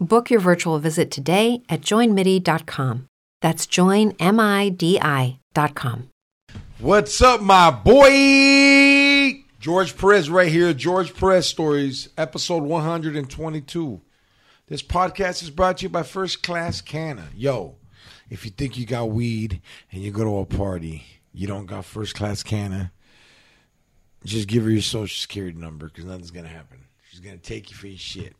Book your virtual visit today at joinmidi.com. That's joinmidi.com. What's up, my boy? George Perez right here. George Perez Stories, episode 122. This podcast is brought to you by First Class Canna. Yo, if you think you got weed and you go to a party, you don't got First Class Canna, just give her your social security number because nothing's going to happen. She's going to take you for your shit.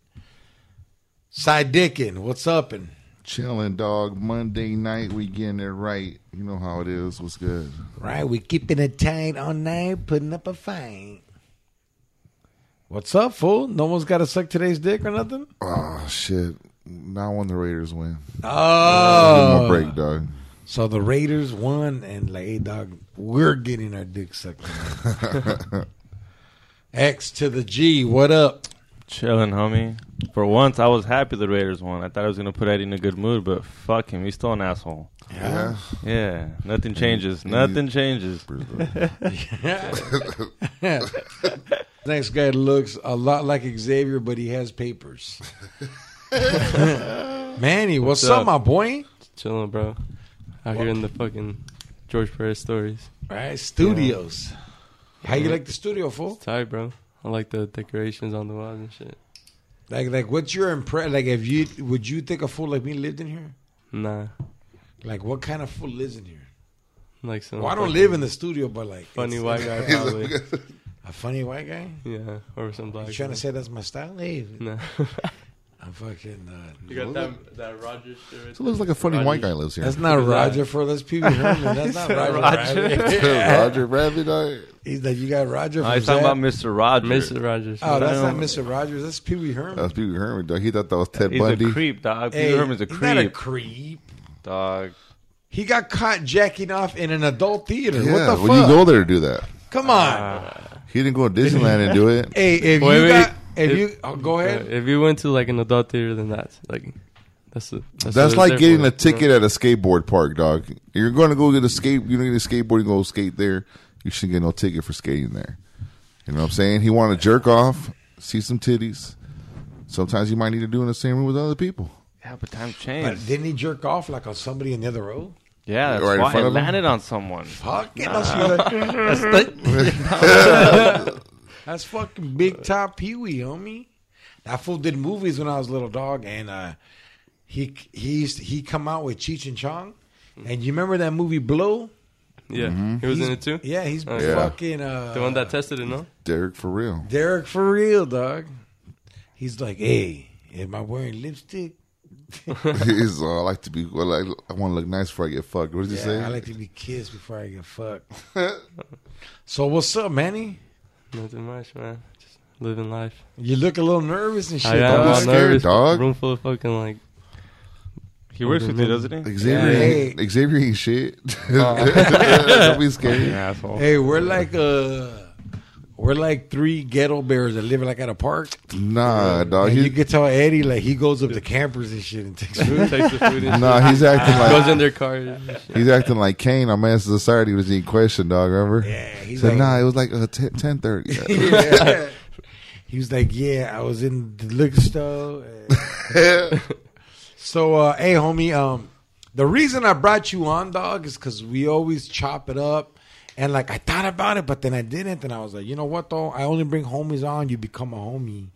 Cy Dickin, what's up? And Chilling, dog. Monday night, we getting it right. You know how it is. What's good? Right, we keeping it tight all night, putting up a fight. What's up, fool? No one's got to suck today's dick or nothing. Oh shit! Now when the Raiders win, Oh, give 'em a Uh. break, dog. so the Raiders won, and like, hey, dog, we're getting our dick sucked. tonight. X to the G, what up? Chilling, homie. For once, I was happy the Raiders won. I thought I was gonna put Eddie in a good mood, but fuck him, he's still an asshole. Yeah. Yeah, nothing changes. and Nothing changes. Next guy looks a lot like Xavier, but he has papers. Manny, what's, What's up, up? my boy? Chilling, bro. Out here in the fucking George Perez stories. Right, studios. How you like the studio, fool? Tired, bro. I like the decorations on the walls and shit. Like, like, what's your impression? Like, if you would you think a fool like me lived in here? Nah. Like, what kind of fool lives in here? Like some. Well, I don't fucking live in the studio, but like, Funny it's- white guy, probably. a funny white guy. yeah. Or some black You trying guy. to say that's my style? Hey, Nah. I'm fucking. Uh, got that, that Roger shit So it looks like a funny white guy lives here. that's not Look at Roger for those people. Herman. That's not Roger. Roger. Rabbit. Roger Rabbit, dog. He's like, you got Roger. No, From Oh, he's talking Zap. about Mr. Rogers. Mr. Rogers. Oh, that's not Damn. Mr. Rogers. That's Pee Wee Herman. That's Pee Wee Herman, dog. He thought that was Ted He's Bundy. a creep, dog. Pee Hey, Wee Herman's a he's not a creep, creep. dog. He got caught jacking off in an adult theater. Yeah, what the well, you fuck? go there to do that. Come on. He didn't go to Disneyland and do it. hey, if Wait, you wait. got, if, If- you, oh, go Uh, ahead. if you went to like an adult theater, then that's like. That's, the, that's, That's what like it's there getting for, a you know? ticket at a skateboard park, dog. You're going to go get a skate. You're going to get a skateboard and go skate there. You shouldn't get no ticket for skating there. You know what I'm saying? He want to jerk off, see some titties. Sometimes you might need to do it in the same room with other people. Yeah, but times But change. didn't he jerk off like on somebody in the other row? Yeah, that's Right in why front it of him? landed on someone. Fucking that's, that's, that's fucking big top Pee Wee, homie. That fool did movies when I was a little dog, and uh, he he used, he come out with Cheech and Chong. And you remember that movie Blow? Yeah. Mm-hmm. He was in it He's- too? Oh, Yeah, he's Yeah. fucking uh, The one that tested it, no? Derek, for real. Derek for real, dog. He's like, hey, am I wearing lipstick? He's, uh, I like to be. Well, I, I want to look nice before I get fucked. What did you Yeah, say? I like to be kissed before I get fucked. so what's up, Manny? Nothing much, man. Just living life. You look a little nervous and shit. I am don't dog. be all scared, nervous. dog. Room full of fucking like. He works with you, doesn't he? Xavier, Yeah. Oh. ain't, Xavier ain't shit. don't be Fucking scared. asshole. Hey, we're like uh we're like three ghetto bears that live like at a park. Nah, dog. and He, you could tell Eddie like he goes up to campers and shit and takes Food food. takes the food and nah, he's acting shit. goes in like their car. and shit. he's acting like Kane on Man Society was the question, dog. Remember? Yeah, he's Said, like nah, it was like uh, ten ten thirty. yeah. He was like, "Yeah, I was in the liquor store." so, uh, hey, homie, um, the reason I brought you on, dog, is because we always chop it up, and like I thought about it, but then I didn't, and I was like, you know what though? I only bring homies on. You become a homie,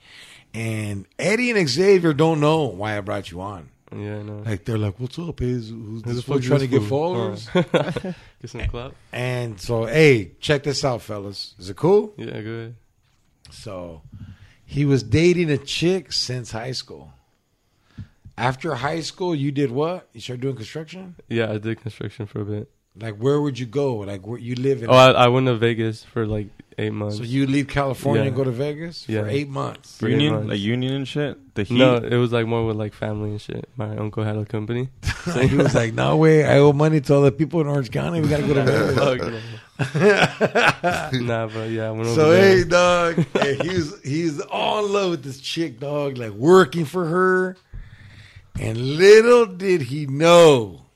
and Eddie and Xavier don't know why I brought you on. Yeah, I know. Like they're like, "What's up? Is who's Who this the fool fuck is trying to get fool? followers?" Huh. Oh. get some clout. And so, hey, check this out, fellas. Is it cool? Yeah, go ahead. So he was dating a chick since high school. After high school, you did what? You started doing construction? Yeah, I did construction for a bit. Like, where would you go? Like, where you live in? Oh, I, I went to Vegas for like eight months. so you leave California Yeah. and go to Vegas Yeah. for eight months. Pretty Union, much. like union and shit. The heat. no, it was like more with like family and shit. My uncle had a company. So he was like, "No way! I owe money to all the people in Orange County. We gotta go to Vegas." Fuck no. nah, but yeah, I went over so there. hey, dog, hey, he's he's all in love with this chick, dog. Like working for her, and little did he know,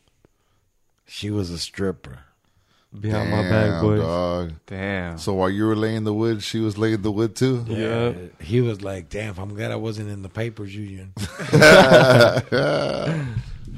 she was a stripper. behind my back, boy. dog. Damn. So while you were laying the wood, she was laying the wood too. Yeah. Uh, He was like, damn, I'm glad I wasn't in the papers union.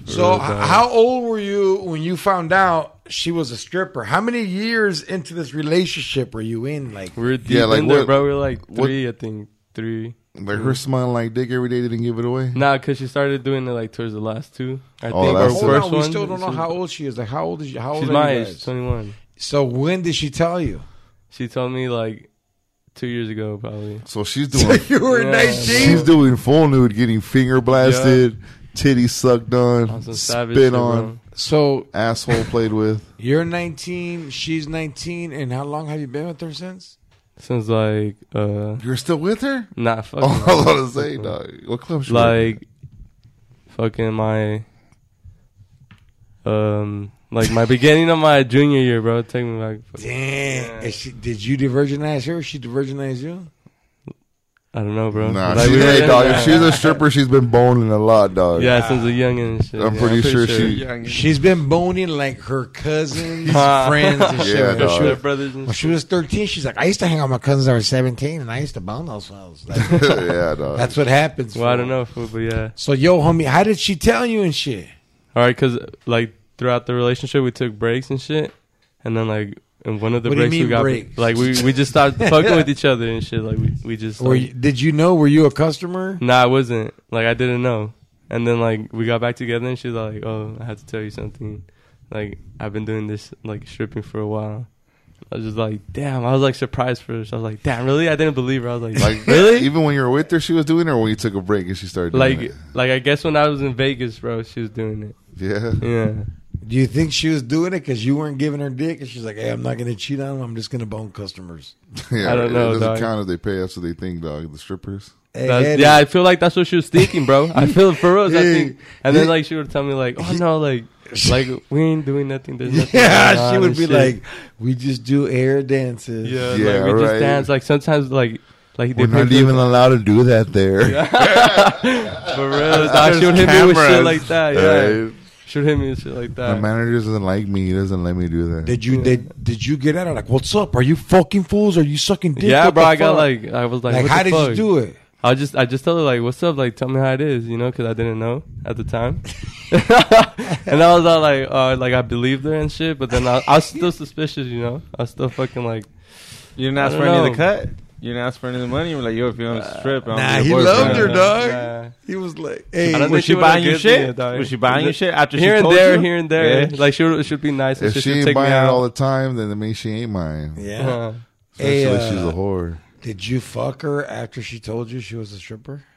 so, h- how old were you when you found out she was a stripper? How many years into this relationship were you in? Like, We We're deep Yeah, like in there, what- bro. We We're like what- three, I think three. Like her smiling like dick every day didn't give it away. Nah, cause she started doing it like towards the last two. I Oh, think that's it. our hold first on, we one. still don't know she- how old she is. Like, how old is you? How old She's are my you age, guys? twenty one. So, when did she tell you? She told me like two years ago, probably. So she's So doing you were Yeah. 19? she's doing full nude, getting finger blasted, titty sucked on, I'm some savage. spit shit, on, So, asshole played with. you're 19, she's 19, and how long have you been with her since? bro. since like uh, You're still with her? not fucking. Oh, I was gonna say, dog. What club? she like fucking my um like my beginning of my junior year, bro. Take me back. Fuck. Damn. And she, did you divergenize her? She divergenized you? I don't know, bro. with? Nah, Like, she's, we were hey, in dog. that- If she's a stripper, she's been boning a lot, dog. yeah, since a youngin and shit. I'm yeah, pretty sure she- She's been boning like her cousins, Huh. friends, and shit. Yeah, when, she dog. Their was, brothers and when shit. she was 13, she's like, I used to hang out with my cousins that were 17, and I used to bone those fellas. Like, yeah, dog. that's what happens. Well, I fool. don't know, fool, but yeah. So, yo, homie, how did she tell you and shit? All right, cause like throughout the relationship, we took breaks and shit, and then like in one of the What do you breaks mean we got breaks? like we we just started fucking with each other and shit. Like we we just Or like, you- did you know? Were you a customer? Nah, I wasn't. Like I didn't know. And then like we got back together and she's like, "Oh, I have to tell you something. Like I've been doing this like stripping for a while." I was just like, "Damn!" I was like surprised for this. I was like, "Damn, really?" I didn't believe her. I was like, Like e-, "Really?" Even when you were with her, she was doing it, or when you took a break and she started doing like, it? like I guess when I was in Vegas, bro, she was doing it. yeah. Yeah, Do you think she was doing it because you weren't giving her dick? And she's like, hey, I'm not going to cheat on them. I'm just going to bone customers. yeah. I don't know, It doesn't dog. count if they pay us what they think, dog. The strippers. Hey, That's, Eddie, yeah. I feel like that's what she was thinking, bro. I feel for real. I Hey, think. And then he- like she would tell me like, "Oh no, like, like we ain't doing nothing." There's nothing going yeah, on she and would be shit." like, we just do air dances. Yeah, Yeah, like we right. just dance. Like sometimes, like like We're not picked us- even allowed to do that there. for real. Dog, she would hit me with shit like that. Yeah, Right? she would hit me with shit like The that. manager doesn't like me. He doesn't let me do that. Did you did did you get at her like what's up? Are you fucking fools? Are you sucking dick? yeah, What bro. the I got fuck?" like I was like, like, what how the did fuck? you do it? I just I just told her like, what's up? Like, tell me how it is, you know, because I didn't know at the time. and I was all like, uh, like I believed her and shit, but then I, I was still suspicious, you know. I was still fucking like, You didn't ask I for don't any of the know. Uh, cut. You didn't ask for any of the money. You were like, yo, if you want to strip, I'm nah, your he boyfriend. loved her, nah, dog. nah. He was like, hey, I don't Was think she she would've buying you given me shit? it, dog. Was she buying you shit after here she and told there, you? here and there. Yeah. Like she would, she'd be nice and if shit. she She'd ain't take me buying it out. all the time, then it means she ain't mine. yeah. Uh, Hey, Especially uh, if she's a whore. Did you fuck her after she told you she was a stripper?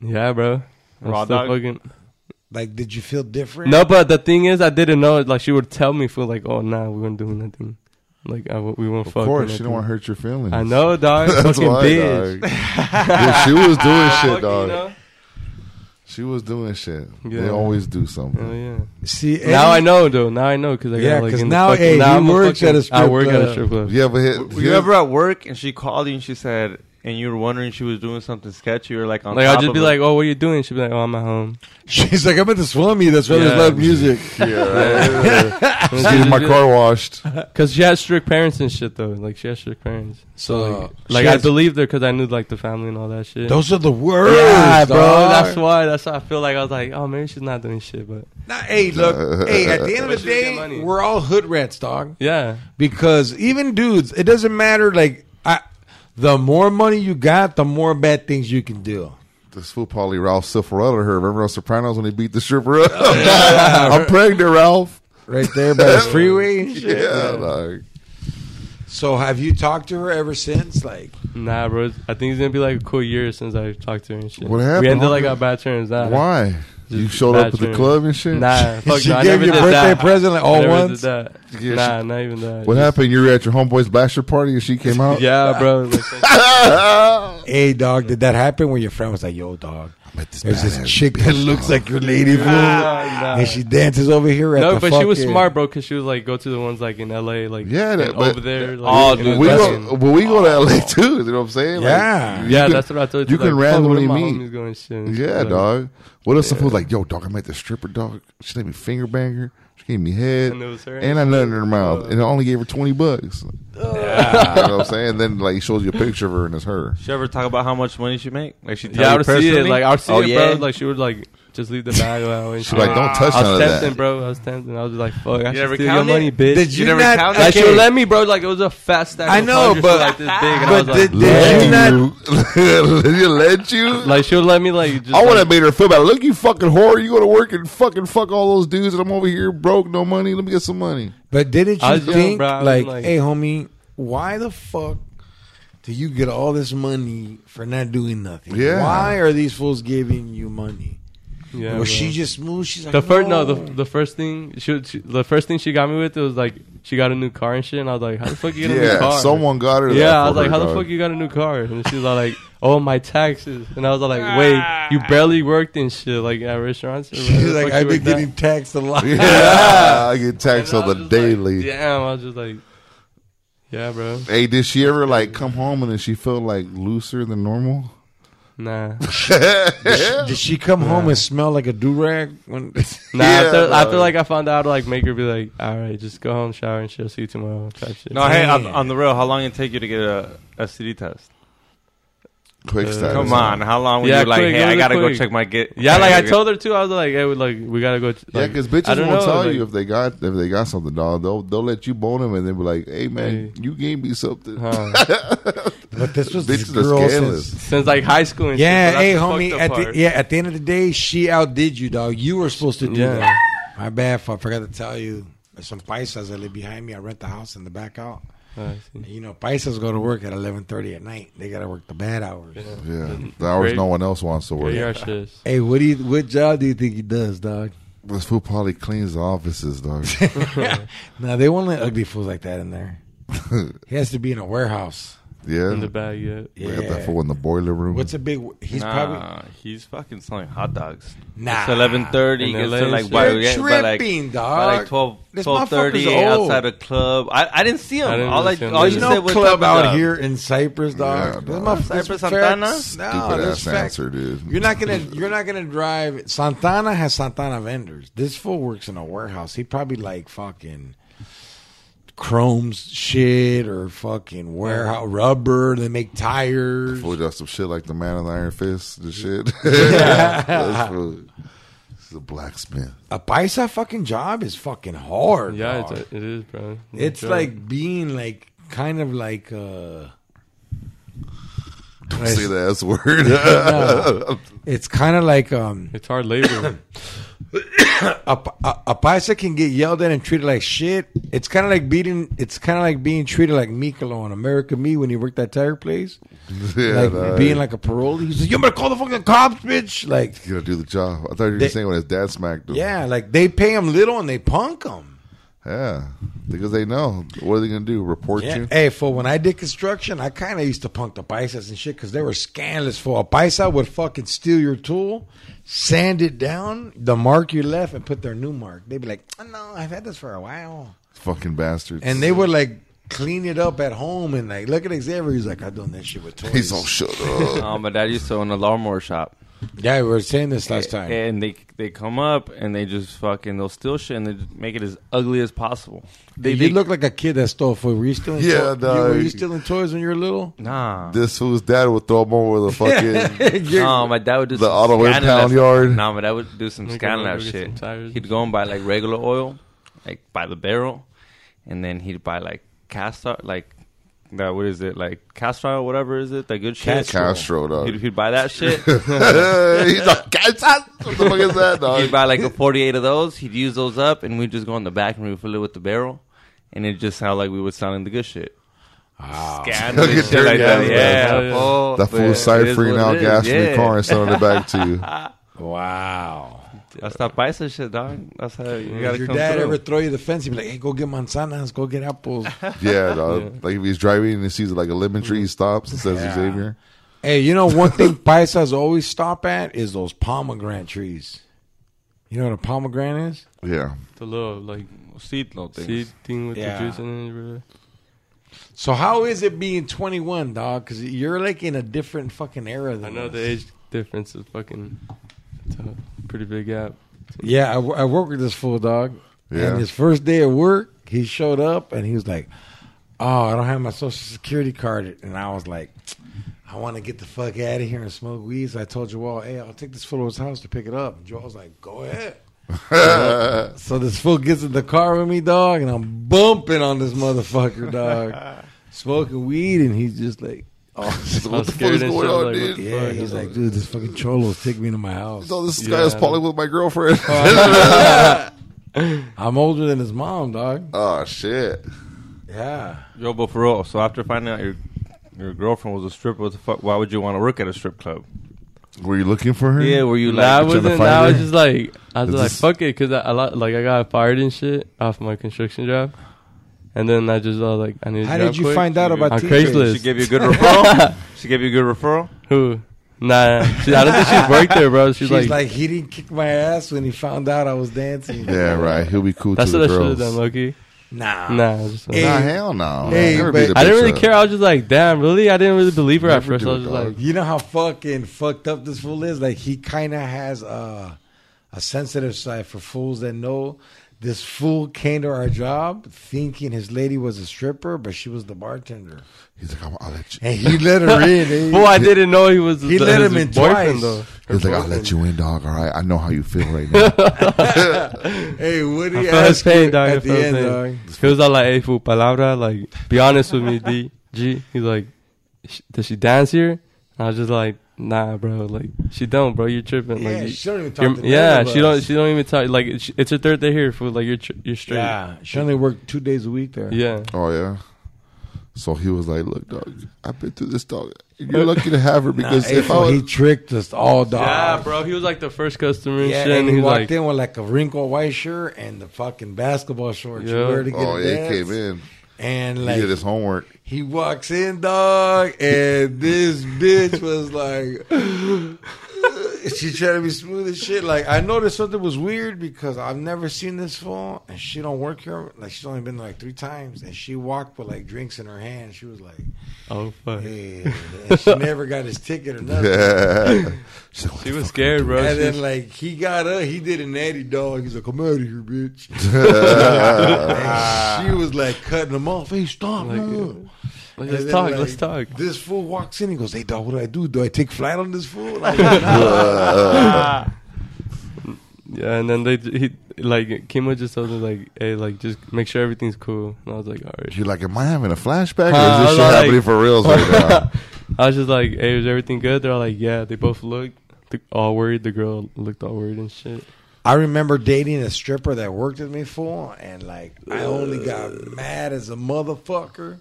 Yeah, bro. I'm Raw still dog? fucking- Like, did you feel different? No, but the thing is, I didn't know. it. Like she would tell me for like, oh nah, we weren't doing nothing. Like I, we weren't. Of fucking course, she nothing. don't want to hurt your feelings. I know, dog. That's fucking why, bitch. dog. Dude, she was doing shit, Fuck, dog. You know? She was doing shit. They Yeah. always do something. Hell yeah. See, Now I Eddie, know though. Now I know because I Oh, Yeah, got like 'cause in now, the fucking, hey, you now I'm worked fucking, at a I strip work at club. a strip club. You ever hit? Were you ever at work and she called you and she said, and you were wondering if she was doing something sketchy or like on Like top I'll just of be it? like, oh, what are you doing? She'd be like, oh, I'm at home. she's like, I'm at the swami. That's why Yeah. there's loud music. yeah, right. Just getting my car washed. Because she had strict parents and shit though. Like she had strict parents. So, like, like I believed her because I knew like the family and all that shit. those are the words, yeah, bro. dog. That's why. That's why I feel like I was like, oh, maybe she's not doing shit, but Nah, hey, look, hey, at the end of But the you get day, money. we're all hood rats, dog. yeah, Because even dudes, it doesn't matter. Like, I, the more money you got, the more bad things you can do. This fool probably Ralph Cifarello to her. Remember on Sopranos when he beat the stripper up? I'm pregnant, Ralph. Right there by the freeway. and shit. Yeah, like, So, have you talked to her ever since? Like, nah, bro. it's- I think it's gonna be like a cool year since I talked to her and shit. What happened? We ended like on bad terms. Nah. why? You Just showed up at bad the terms. club and shit. Nah, fuck she no, I gave never you a did birthday that. present like, I all never did once. that. Yeah, Nah, not even that. What Just- happened? You were at your homeboy's bachelor party and she came out. Yeah, bro. like, Hey, dog, did that happen when your friend was like, "Yo, dog, Met this there's badass this chick that looks like your lady, fool, nah. and she dances over here at Ah. no, the but she was fucking- smart, bro, because she was like go to the ones like in L.A. like Yeah, that- and but- over there. Like, Oh, in dude, the we that's- West. go, well, we go to LA too. You know what I'm saying? Like, Yeah. you yeah, can- that's what I told you. you can like, fuck, what randomly if my meet. homies Going shit. and Yeah, shit, like- dog. What else? Yeah. Fool's like, yo, dog. I met the stripper, dog. She gave me finger banger. She gave me head, And it was uh, her. and I nut in her mouth, and I only gave her twenty bucks. you know what I'm saying? then like he shows you a picture of her, and it's her. she ever talk about how much money she make? Like she tell Yeah, I you would see it. personally? Like I would see Oh, it, yeah? bro. Like she would like just leave the bag out and She's shit. like, don't touch I was none of tempting, that. Ah, bro. I was tempting. I was like, fuck, I ever should steal your count it? money, bitch. Did you never not- count Like it? she would let me, bro. Like it was a fat stack. I of know, hundreds, but- like this big. And but I was like, did- did you "Damn." you, you let you. Like she would let me, like just. I would like, have made her feel bad. Look, you fucking whore. You go to work and fucking fuck all those dudes, and I'm over here broke, no money. Let me get some money. But didn't you I was young, think, bro, I was like, like- hey, homie, why the fuck do you get all this money for not doing nothing? Yeah. Why are these fools giving you money? Yeah, well, bro. she just moved. She's like, "Oh." The first no, no, the, the first thing she, she the first thing she got me with it was like she got a new car and shit and I was like how the fuck you get a new Yeah, car? someone got her. that yeah, I for was like her, how the dog. fuck you got a new car? And she's all like oh my taxes and I was all like wait Ah. you barely worked and shit like at restaurants. or whatever she's the like, fuck I've you been worked at." getting taxed a lot. Yeah, I get And taxed I on was the just like, daily. Damn, I was just like yeah, bro. Hey, did she ever like come home and then she felt like looser than normal? Nah, Did she- Did she come home and smell like a do rag? When Yeah, nah. after, after bro. like I found out, like make her be like, all right, just go home, shower, and shit. See you tomorrow. Type shit. no, hey, on, Damn. on the real, how long it take you to get a, a CD test? Quick style. Come on, how long were Yeah, you like, quick, hey, really I gotta go quick. check my get? Yeah, like I told her too. I was like, hey, we- like we gotta go. t- Yeah, Like, because I bitches don't won't know, tell like- you if they got if they got something, dog. They'll they'll let you bone them and they'll be like, "Hey man, Hey. you gave me something." Huh. but this was this Bitches are girl scandalous. since- Since like high school and Yeah, shit. hey, so that's the homie. fucked At up the, part. yeah, at the end of the day, she outdid you, dog. You were supposed to do Yeah. that. My bad. I forgot to tell you. There's some paisas that live behind me. I rent the house in the back out. Oh, I see. You know, paisas go to work at 11:30 at night. They got to work the bad hours. Yeah, the hours Great. no one else wants to work. Your shit. Hey, what do you, what job do you think he does, dog? This fool probably cleans the offices, dog. Now they won't let ugly fools like that in there. he has to be in a warehouse. in yeah, the bag yet. we got that Yeah. fool in the boiler room. What's a big? He's nah, probably he's fucking selling hot dogs. Nah. it's eleven thirty. It's In LA, like shit. by, You're yeah, by like tripping, by dog. like 12, This 12:30 motherfucker's old. outside a club. I, I didn't see him. I didn't all I, see him all There's you either. no said was club "What's out up?" here in Cypress, Yeah, dog. This dog. my- this Cypress, fact- Santana? No, Stupid this ass fact- answer, dude. You're not gonna you're not gonna drive. Santana has Santana vendors. This fool works in a warehouse. He probably like fucking chrome's shit or fucking warehouse rubber. They make tires. Fool does some shit like the man in the iron fist and shit. That's fool. He's a blacksmith. A paisa fucking job is fucking hard. Yeah, dog. it's, it is, bro. It's Sure. like being like kind of like uh Don't Nice. say the S word. it's kind of like um it's hard labor. a, a, a paisa can get yelled at and treated like shit. It's kind of like beating. It's kind of like being treated like Mikolo on America Me when he worked that tire place, yeah, like nah, being like a parolee. He's like, "You better call the fucking cops, bitch!" Like, you gotta do the job. I thought you were They- saying when his dad smacked him. yeah, like they pay him little and they punk him. yeah, because they know what are they gonna do? Report Yeah. you? Hey, for when I did construction, I kind of used to punk the paisas and shit because they were scandalous. For a paisa would fucking steal your tool, sand it down, the mark you left, and put their new mark. They'd be like, oh, "No, I've had this for a while." Fucking bastards. And they would like clean it up at home and like look at Xavier. He's like, I've done that shit with toys. He's all shut up. Oh, my dad used to own a lawnmower shop. yeah, we were saying this last A- time. And they they come up and they just fucking they'll steal shit and they just make it as ugly as possible. They, you they look like a kid that stole food. Were you stealing? Yeah, toys? dog. were you stealing toys when you were little? nah. this fool's dad would throw him over the fucking. No, my dad would do The some auto impound Scanlab- yard. No, my dad would do some Make him Scanlab go get some shit. tires. He'd go and buy like regular oil, like by the barrel, and then he'd buy like cast iron, like that. What is it? Like cast iron, whatever is it? That good shit. Castro, dog. He'd, he'd buy that shit. He's like, "Guys, ah, what the fuck is that, he'd dog? buy like a forty-eight of those. He'd use those up, and we'd just go in the back and refill it with the barrel, and it just sounded like we was sounding the good shit. Scandalous Ah. Look at shit dirty like that. ass Yeah, bastard. oh, That but fool's it is ciphering what out it is. gas from your Yeah. car and selling it back to you. Wow. That's that bison shit, dog. That's how you Did gotta your come dad through. ever throw you the fence? He'd be like, "Hey, go get manzanas, go get apples." Yeah, dog. Like if he's driving and he sees like a lemon tree, he stops and says, Mm. Yeah. "Xavier." hey, you know one thing paisas always stop at is those pomegranate trees. You know what a pomegranate is? Yeah, The little like seed no things. seed thing with Yeah. the juice in it. Bro. So how is it being 21, dog? Because you're like in a different fucking era than I know us. the age difference is fucking it's a pretty big gap. Yeah, I, wo- I worked with this fool dog. Yeah. And his first day at work, he showed up and he was like, "Oh, I don't have my social security card." And I was like, "I want to get the fuck out of here and smoke weed." So I told Joel, "Hey, I'll take this fool to his house to pick it up." And Joel's like, "Go ahead." so this fool gets in the car with me, dog, and I'm bumping on this motherfucker, dog, smoking weed, and he's just like, "Oh." He's like, what the fuck scared is and going shit, on, like, what dude? the- Yeah, he's like, dude, this fucking cholo's take me to my house. So Oh, this guy is Yeah. probably with my girlfriend. Uh-huh. I'm older than his mom, dog. oh shit! Yeah. Yo, but for real. So after finding out your your girlfriend was a stripper, what the fuck? Why would you want to work at a strip club? Were you looking for her? Yeah, were you Nah, I like? you're trying to wasn't. find nah, I was her? just like, I was Is like, this- fuck it, cause I, a lot, like I got fired and shit off my construction job, and then I just uh, like I need. a How job did you quick. find out about On TJ's? Craigslist. She gave you a good referral. she gave you a good referral. who? Nah, she, I don't think she's worked there, bro. She's, She's like, like, he didn't kick my ass when he found out I was dancing. Yeah, right. He'll be cool that's to what the I should have girls. done, Loki. Nah. Nah, I was just like- Ah. Hey, Nah, hell no. Hey, Never but- beat a I didn't really bitch uh. up. care. I was just like, damn, really? I didn't really believe her at Never first. do it, I was just dog. like, You know how fucking fucked up this fool is? Like, he kind of has a, a sensitive side for fools that know this fool came to our job thinking his lady was a stripper, but she was the bartender. He's like, I'll, I'll let you. And he let her in. boy, eh? I didn't know he was. He the- let his him in twice. boyfriend, though. He's like, I'll let you in, dog. All right, I know how you feel right now. Hey, what do I you felt his ask pain, her dog. I at the felt his end, pain. dog? He was all like, hey, fool, palabra, like, be honest with me, D, G. He's like, "Sh- does she dance here? And I was just like, nah, bro, like, she don't, bro, you're tripping. Yeah, like, you- she don't even talk you're- to none yeah, of she don't, us. she don't even talk. Like, it's, it's her third day here, fool, like, you're, tr- you're straight. Yeah. Yeah, she only worked two days a week there. oh yeah. So he was like, look, dog. I've been through this, dog. You're lucky to have her because Nah, if I April, was, he tricked us all, dog. Yeah, bro, he was like the first customer and Yeah, shit. and he he's walked like, in with like a wrinkled white shirt and the fucking basketball shorts you Yeah. wear to get oh a yeah, dance. he came in. And he like did his homework. he walks in, dog, and this bitch was like, she tried to be smooth as shit. Like I noticed something was weird because I've never seen this fool, and she don't work here. Like she's only been there like three times, and she walked with like drinks in her hand. She was like, oh, fuck. "Hey," and she never got his ticket or nothing. Yeah. She's like, She was scared, bro. And She- then like he got up, he did an Eddie dog. He's like, "Come out of here, bitch." Uh, And she was like cutting him off. Hey, stop! Like, no. And let's then, talk, like, let's talk. This fool walks in. He goes, "Hey, dog, what do I do? Do I take flight on this fool?" Like, nah. Yeah, and then they he like Kimo just told me like, hey, like just make sure everything's cool. And I was like, all right. You're like, am I having a flashback or is Huh, I this was shit like- happening for reals right now? I was just like, hey, is everything good? They're all like, yeah. They both looked th- all worried. The girl looked all worried and shit. I remember dating a stripper that worked with me for, and like I only got mad as a motherfucker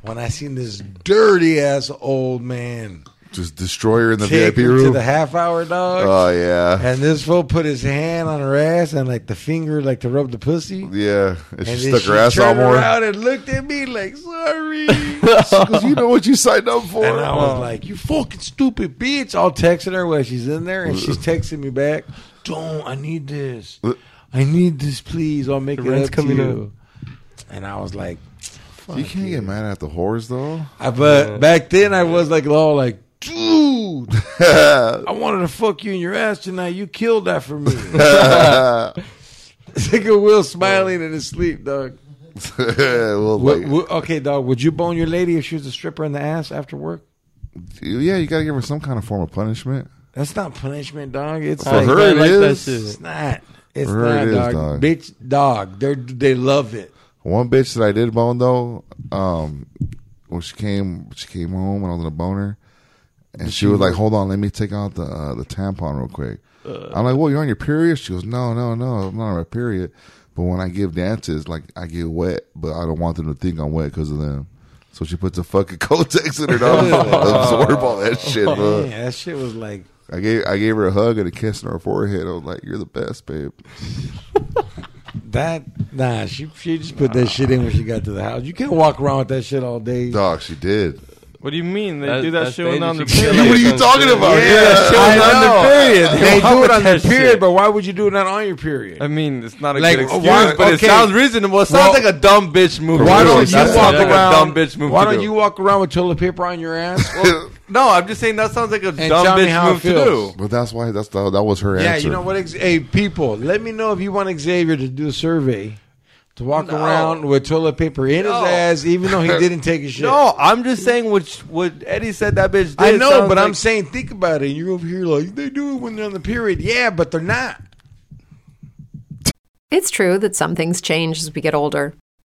when I seen this dirty ass old man Just destroy her in the take VIP her to room. the half hour dog. Oh yeah, And this fool put his hand on her ass and like the finger like to rub the pussy. yeah. And And she then stuck her ass all turned more. around and looked at me like sorry. and Because you know what you signed up for. I was like, You fucking stupid bitch. I'll texting her while she's in there and she's texting me back. Don't I need this. I need this please. I'll make The it rent's up coming to you. And I was like you can't get mad at the whores though. I, but back then I was like all like Dude, I wanted to fuck you in your ass tonight. You killed that for me. Nigga Will smiling in his sleep, dog. Well, What, like, what- okay, dog. Would you bone your lady if she was a stripper in the ass after work? yeah, you gotta give her some kind of form of punishment. That's not punishment, dog. It's For like, her, it like that is. shit. It's not. It's For her, not, it is, dog. dog. Bitch, dog. They they love it. One bitch that I did bone though, um, when she came, she came home and I was gonna bone her, and she was like, "Hold on, let me take out the uh, the tampon real quick." I'm like, "Well, you're on your period." She goes, "No, no, no, I'm not on my period." But when I give dances, like I get wet, but I don't want them to think I'm wet because of them. So she puts a fucking Kotex in her dog, absorb all that shit. bro. Yeah, Oh, that shit was like. I gave I gave her a hug and a kiss on her forehead. I was like, "You're the best, babe." That nah, she she just put that shit in when she got to the house. You can't walk around with that shit all day. Dog, she did. What do you mean? They That- do that that's shit when they're on the period. dangerous. Yeah, what are you sounds talking good. about? Yeah, I know. period. They Why do it would on the that period, shit? but why would you do it not on your period? I mean, it's not a Like, good excuse, why- but it okay. sounds reasonable. It sounds Well, like a dumb bitch move. Why to do. don't It you sounds walk like around? A dumb bitch move. why to don't do. you walk around with toilet paper on your ass? Well, no, I'm just saying that sounds like a dumb tell me how bitch it move to feels. do. But that's why that's the, that was her yeah, answer. you know what? Ex- hey, people, let me know if you want Xavier to do a survey to walk No. around with toilet paper in No. his ass, even though he didn't take a shit. No, I'm just saying what what Eddie said. That bitch. Did. I know, sounds but I'm like- saying think about it. You're over here like they do it when they're on the period. Yeah, but they're not. It's true that some things change as we get older.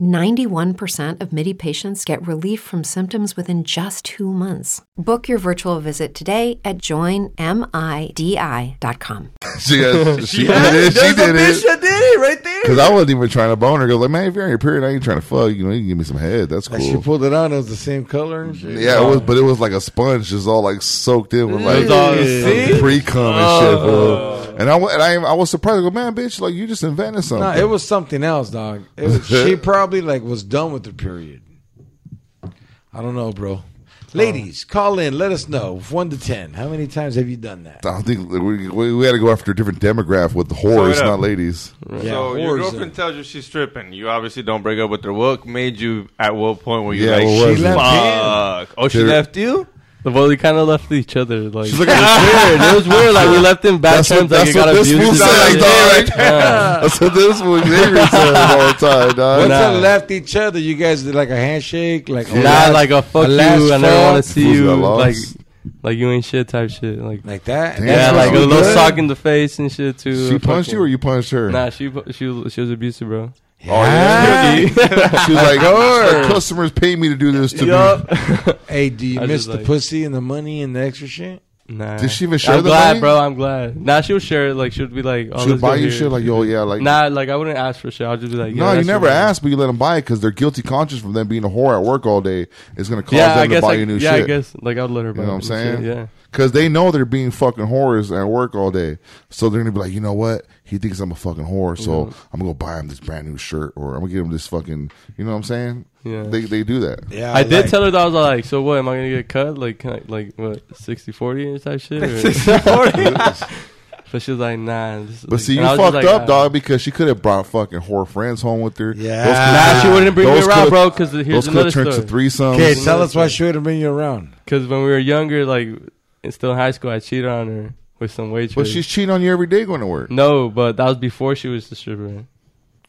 91% of MIDI patients get relief from symptoms within just two months. Book your virtual visit today at joinmidi.com. she has, she did it. She did There's a bitch it. that did it right there. Because I wasn't even trying to bone her. Go like, man, if you're on your period, I ain't trying to fuck. You know, you can give me some head. That's Like, She cool. pulled it out. It was the same color. and shit. Yeah, it was, but it was like a sponge, just all like soaked in with like It was all- see? pre cum and shit, bro. And I wa- and I, I was surprised. I go, man, bitch, like you just invented something. No, it was something else, dog. It was, she probably like was done with the period. I don't know, bro. Ladies, Um, call in. Let us know F- one to ten. How many times have you done that? I don't think we, we, we had to go after a different demographic with whores, up. not ladies. Yeah, so your whores girlfriend are- tells you she's stripping. You obviously don't break up with her. What made you? At what point were you Yeah, like, what was it? she left Fuck. fuck? Oh, she Did it- left you? Well, we kind of left each other. Like She's it was like, weird. "That's It was weird. Like we left in bad That's what- terms. Like that's it got what this fool abused. said, and like, dog. shit. That's what this one Xavier said all the time, dog. Once Nah. I left each other, you guys did like a handshake, like a Yeah. last- Nah, like a fuck last you. I never want fuck, to see Who's you. that Like, lost? like you ain't shit type shit. Like, like that. Damn. yeah, That's like what a you little did? sock in the face and shit too. She Fuck punched it. you or you punched her? Nah, she pu- she was, she was abusive, bro. Oh, yeah. Yeah. Ah! She's like, oh, customers pay me to do this to me. Yup. Hey, do you I miss just the like- pussy and the money and the extra shit? Nah. Did she even share I'm the glad, money? bro. I'm glad. Nah, she would share it. Like, she would be like, she oh, would let's go buy you here. shit like, yo, yeah, like. Nah, like I wouldn't ask for shit. I'll just be like, yeah, no, you that's never your money. ask, but you let them buy it because their guilty conscience from them being a whore at work all day is going to cause Yeah, I them to guess. buy Like, you new yeah, shit. I guess. Like I'd let her. Buy know what I'm me shit, saying? Yeah. Because they know they're being fucking whores at work all day. So they're going to be like, you know what? He thinks I'm a fucking whore. So Mm-hmm. I'm going to go buy him this brand new shirt or I'm going to give him this fucking, you know what I'm saying? Yeah. They, they do that. Yeah, I did like- tell her that I was like, so what? Am I gonna get cut? Like, can I, like what 60 40 type shit? Or? but she was like, nah. This is But like, see, you and I was fucked just like, up, "Ah." dog, because she could have brought fucking whore friends home with her. Yeah. Those could- Nah, she wouldn't bring me Those around, could've- bro. Because here's Those could another have turned to story. threesomes. Okay, tell us why she would have been you around. Because when we were younger, like in still in high school, I cheated on her with some waitress. But she's cheating on you every day going to work. no, but that was before she was the stripper.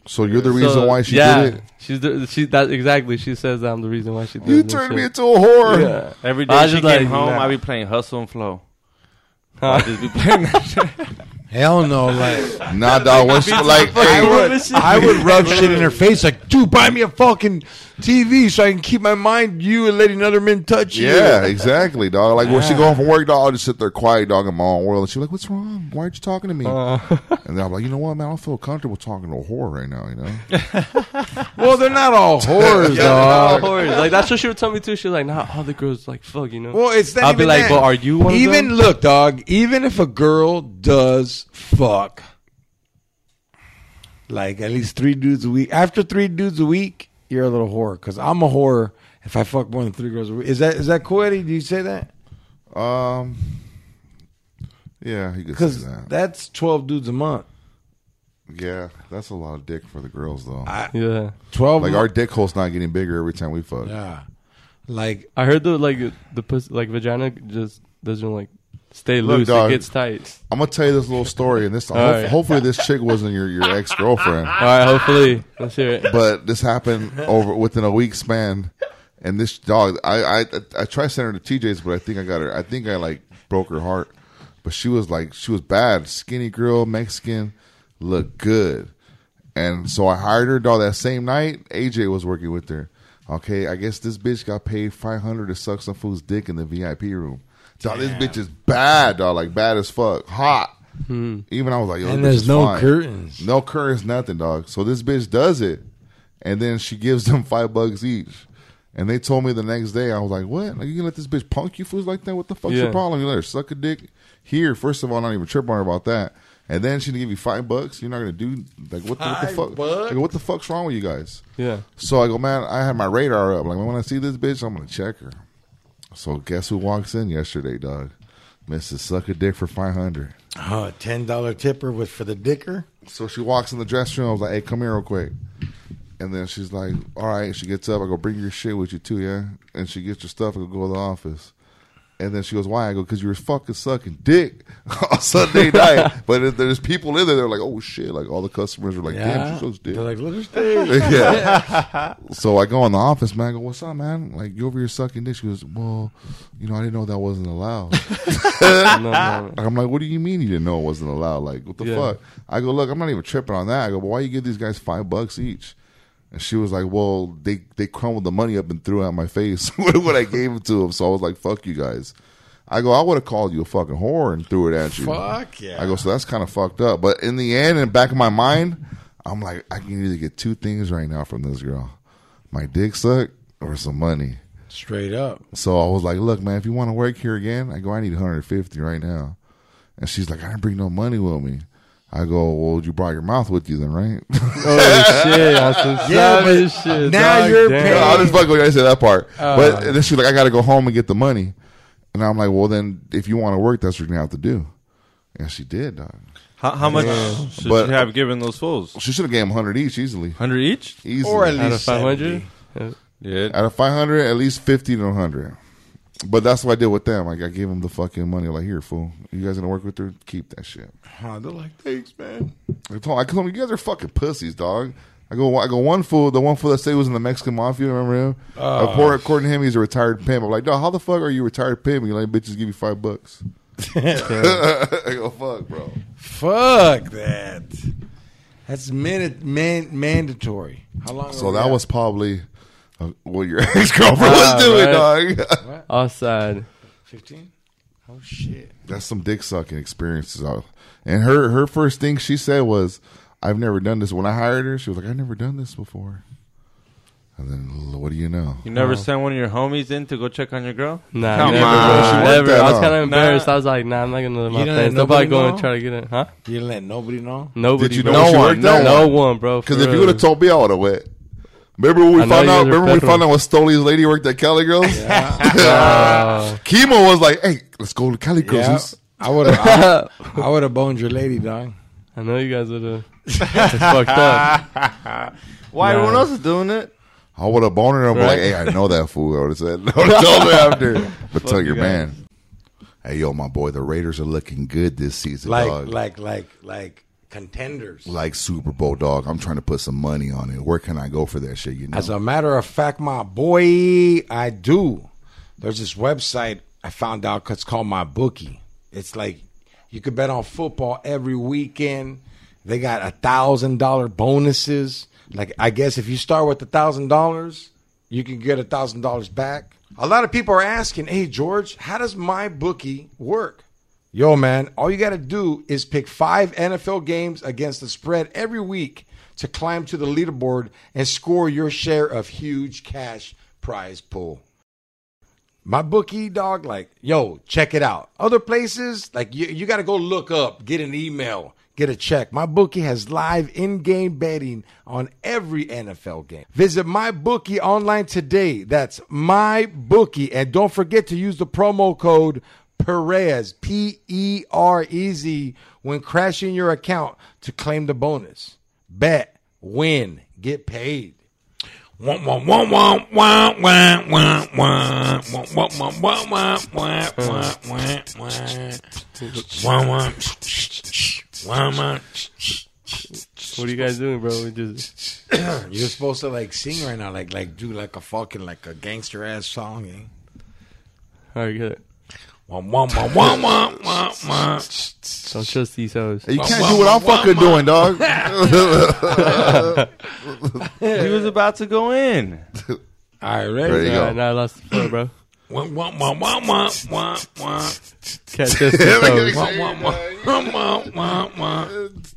So you're the reason So, why she yeah, did it. She's the, she that exactly. She says that I'm the reason why she did You this turned shit. me into a whore. Yeah. Every I day was she just came like, home, nah. I'd be playing Hustle and Flow. Huh? I'd just be playing that shit. Hell no, like Nah, dog. Once you, like, I hey, would, I would rub shit in her face, like, dude, buy me a fucking TV so I can keep my mind you and letting other men touch you. Yeah, exactly, dog. Like when she go home from work, dog, I'll just sit there quiet, dog, in my own world. And she's like, "What's wrong? Why aren't you talking to me?" Uh. and then I'm like, "You know what, man? I don't feel comfortable talking to a whore right now. You know, Well, they're not all whores, Yeah, dog. Of course. Like that's what she would tell me too. She was like, nah, all the girls like fuck, you know. Well, it's not I'll be even like, that. but are you one of even them? look, dog? Even if a girl does fuck, like at least three dudes a week. After three dudes a week, you're a little whore. Because I'm a whore if I fuck more than three girls a week. Is that is that cool, Eddie? Do you say that? um, yeah, you could say Because that. that's twelve dudes a month. Yeah, that's a lot of dick for the girls, though. yeah. Twelve. like month- our dick hole's not getting bigger every time we fuck. yeah. Like I heard the like the pussy like vagina just doesn't like stay Look, loose. dog. It gets tight. I'm gonna tell you this little story, and this All right. hopefully this chick wasn't your your ex girlfriend. All right, hopefully let's hear it. but this happened over within a week span, and this dog, I I I tried sending her to TJ's, but I think I got her. I think I like broke her heart, but she was like she was bad, skinny girl, Mexican, looked good, and so I hired her. Dog that same night, AJ was working with her. Okay, I guess this bitch got paid five hundred to suck some fool's dick in the VIP room. Dog, this bitch is bad, dog, like bad as fuck, hot. Even I was like, yo, and this bitch there's is no fine. curtains. No currents, nothing, dog. So this bitch does it, and then she gives them five bucks each. And they told me the next day, I was like, "What? Like, you gonna let this bitch punk you fools like that? What the fuck's your Yeah. problem? You let her suck a dick here? First of all, not even trip on her about that. And then she gonna give you five bucks. You're not gonna do like what the, what the Five fuck? bucks? Like, what the fuck's wrong with you guys? Yeah. So I go, man, I had my radar up. Like when I see this bitch, I'm gonna check her. So guess who walks in yesterday, dog? Mrs. Suck a dick for five hundred. Oh, ten dollar tipper was for the dicker. So she walks in the dressing room. I was like, "Hey, come here real quick." And then she's like, "All right." She gets up. I go, "Bring your shit with you too, yeah." And she gets your stuff. I go, "Go to the office." And then she goes, "Why?" I go, "Cause you were fucking sucking dick on Sunday night." But if there's people in there. They're like, "Oh shit!" Like all the customers are like, "Damn, she sucks dick." They're like, look at this. yeah. so I go in the office, man. I go, "What's up, man? Like you over here sucking dick?" She goes, "Well, you know, I didn't know that wasn't allowed." No, no. Like, I'm like, what do you mean you didn't know it wasn't allowed? Like, what the Yeah. fuck? I go, look, I'm not even tripping on that. I go, but why you give these guys five bucks each? And she was like, well, they they crumbled the money up and threw it at my face when I gave it to them. So I was like, fuck you guys. I go, I would have called you a fucking whore and threw it at you. Fuck yeah. I go, so that's kind of fucked up. But in the end, in the back of my mind, I'm like, I can either get two things right now from this girl my dick suck or some money. Straight up. So I was like, look, man, if you want to work here again, I go, I need 150 right now. And she's like, I didn't bring no money with me. I go, well, you brought your mouth with you then, right? Oh shit! I'm so Yeah, but savage shit. now dog, you're damn. paying- I just fuck with you. I said that part. but and then she's like, I got to go home and get the money. And I'm like, well, then if you want to work, that's what you're going to have to do. And she did, dog. How, how much should But- you have given those fools? She should have gave him 100 each easily. 100 each? Easily. Or at out least of 500. 70. Yeah. Out of 500, at least 50 to 100. But that's what I did with them. Like, I gave them the fucking money. Like, here, fool. You guys going to work with her? Keep that shit. Huh, they're like, thanks, man. I told I told him, you guys are fucking pussies, dog. I go, I go. One fool, the one fool that said he was in the Mexican mafia. Remember him? Ah. Uh, poor, according to him, he's a retired pimp. I'm like, dog, how the fuck are you a retired pimp? You let bitches give you five bucks. I go, fuck, bro. Oh, Fuck that. That's man- man- mandatory. How long? So are we that at? was probably uh, what your ex girlfriend was Ah, doing, right. dog. Outside. fifteen. Oh shit. That's some dick sucking experiences. out. And her her first thing she said was, "I've never done this." When I hired her, she was like, "I've never done this before." And then, what do you know? You never No. sent one of your homies in to go check on your girl? Nah, Come never, on. bro. She Worked never. that I was up. kind of embarrassed. Nah. I was like, nah, I'm not gonna let You my didn't friends. let nobody Nobody go and know? try to get it, huh? You didn't let nobody know? Nobody. Did you bro. know no she one? worked no, there? one, bro. Because if you would have told me, I would have went. Remember when we I know found you out? guys are Remember we federal. found out what Stoley's lady worked at Cali Girls? Kimo was like, "Hey, let's go to Cali Girls." Yeah. He's- I would have I would have boned your lady, dog. I know you guys would have. It's fucked up. Why? Nah. Everyone else is doing it. I would have boned her. I'm like, "Hey, I know that fool." I would have said, "No, tell me after." But tell your you man, "Hey, yo, my boy, the Raiders are looking good this season, Like dog. like like like contenders. like Super Bowl, dog. I'm trying to put some money on it. Where can I go for that shit? You know, As a matter of fact, my boy, I do. There's this website I found out 'cause it's called My Bookie. It's like you could bet on football every weekend. They got a thousand dollar bonuses. Like I guess if you start with a thousand dollars, you can get a thousand dollars back. A lot of people are asking, "Hey George, how does My Bookie work?" Yo, man, all you got to do is pick five NFL games against the spread every week to climb to the leaderboard and score your share of huge cash prize pool. My bookie dog, like, yo, check it out. Other places, like, you, you got to go look up, get an email, get a check. My bookie has live in game betting on every NFL game. Visit my bookie online today. That's my bookie. And don't forget to use the promo code Perez, P E R E Z, when crashing your account to claim the bonus. Bet, win, get paid. Womp, womp, womp, womp, womp, womp, womp, womp, womp, womp, womp, womp, womp, womp, womp, womp, womp. Womp, womp, womp, womp. What are you guys doing, bro? We just You're supposed to like sing right now, like like do like a fucking like a gangster ass song. Eh? all right. Get it. Womp, womp, womp, womp, womp, womp, womp. Don't trust these hoes. you can't do what I'm fucking doing, dog. He was about to go in. All right, There ready? you All right, go. now I lost the floor, bro. Womp, womp, womp, womp, womp, womp, womp, Can't trust these hoes. womp, womp, womp, womp, womp,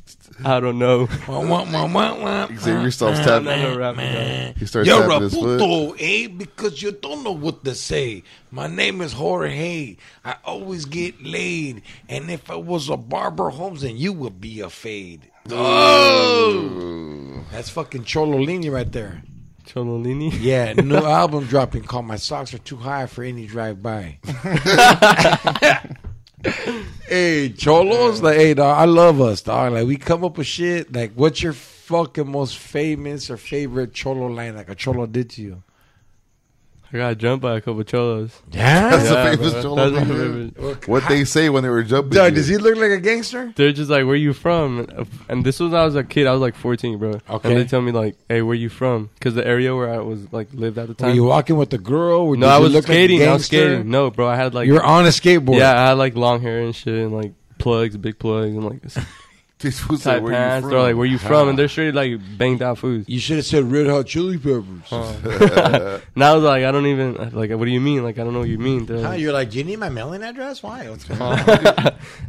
I don't know. womp, womp, womp, womp. Xavier stops I tapping. don't rap, bro. He starts You're tapping a his foot. puto, eh? Because you don't know what to say. My name is Jorge. I always get laid. And if I was a Barbara Holmes, then you would be a fade. Oh! That's fucking Chololini right there. Chololini. Yeah, new album dropping called My Socks Are Too High for Any Drive By. hey, Cholos, like, hey, dog, I love us, dog. Like, we come up with shit. Like, what's your fucking most famous or favorite Cholo line? Like, a Cholo did to you? I got jumped by a couple cholos. Yeah. That's Yeah, a famous bro. Cholo That's my video. favorite. What they say when they were jumping? Dog, you. does he look like a gangster? They're just like, "Where you from?" And this was when I was a kid. I was like 14, bro. Okay. And they tell me like, "Hey, where you from?" Because the area where I was like lived at the Were time. you walking with the girl? Or no, did I you was look like a skating. I was gangster? skating. No, bro, I had like you were on a skateboard. yeah, I had like long hair and shit, and like plugs, big plugs, and like These fools say, tight "Where you pants. from?" They're like, "Where you from?" And they're straight like banged out foods. You should have said Red Hot Chili Peppers. Oh, And I was like, "I don't even like. What do you mean? Like, I don't know what you mean." They're Huh, like- you're like, do you need my mailing address? Why? What's going on?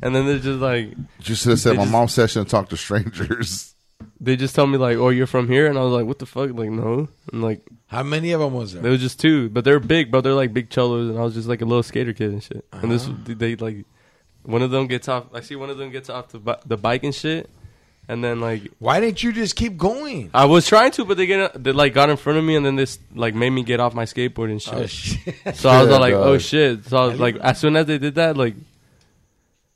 and then they're just like, You should have said They my just- mom session and talked to strangers. they just tell me like, "Oh, you're from here," and I was like, "What the fuck?" Like, no, and like How many of them was there? They was just two, but they're big, bro. They're like big cholos, and I was just like a little skater kid and shit. And this, Uh-huh. they like, one of them gets off. I see one of them gets off the bi- the bike and shit, and then like Why didn't you just keep going? I was trying to, but they get they like got in front of me, and then this like made me get off my skateboard and shit. Oh, Oh, so I was Yeah, like, oh dog. shit. So I was like, as soon as they did that, like,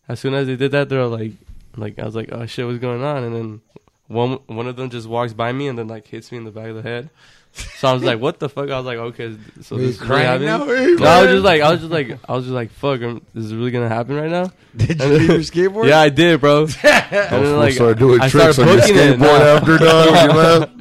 as soon as they did that, they're like, like I was like, oh shit, what's going on? And then one one of them just walks by me and then like hits me in the back of the head. So I was like, what the fuck? I was like, okay, so Were you this is really crying happening. now? No, I was just like, I was just like, I was just like, fuck, um, this is really gonna happen right now. Did you leave your skateboard? Yeah, I did, bro. and Those then, fools started doing I tricks started on your booking it. skateboard Nah, after dog. You left.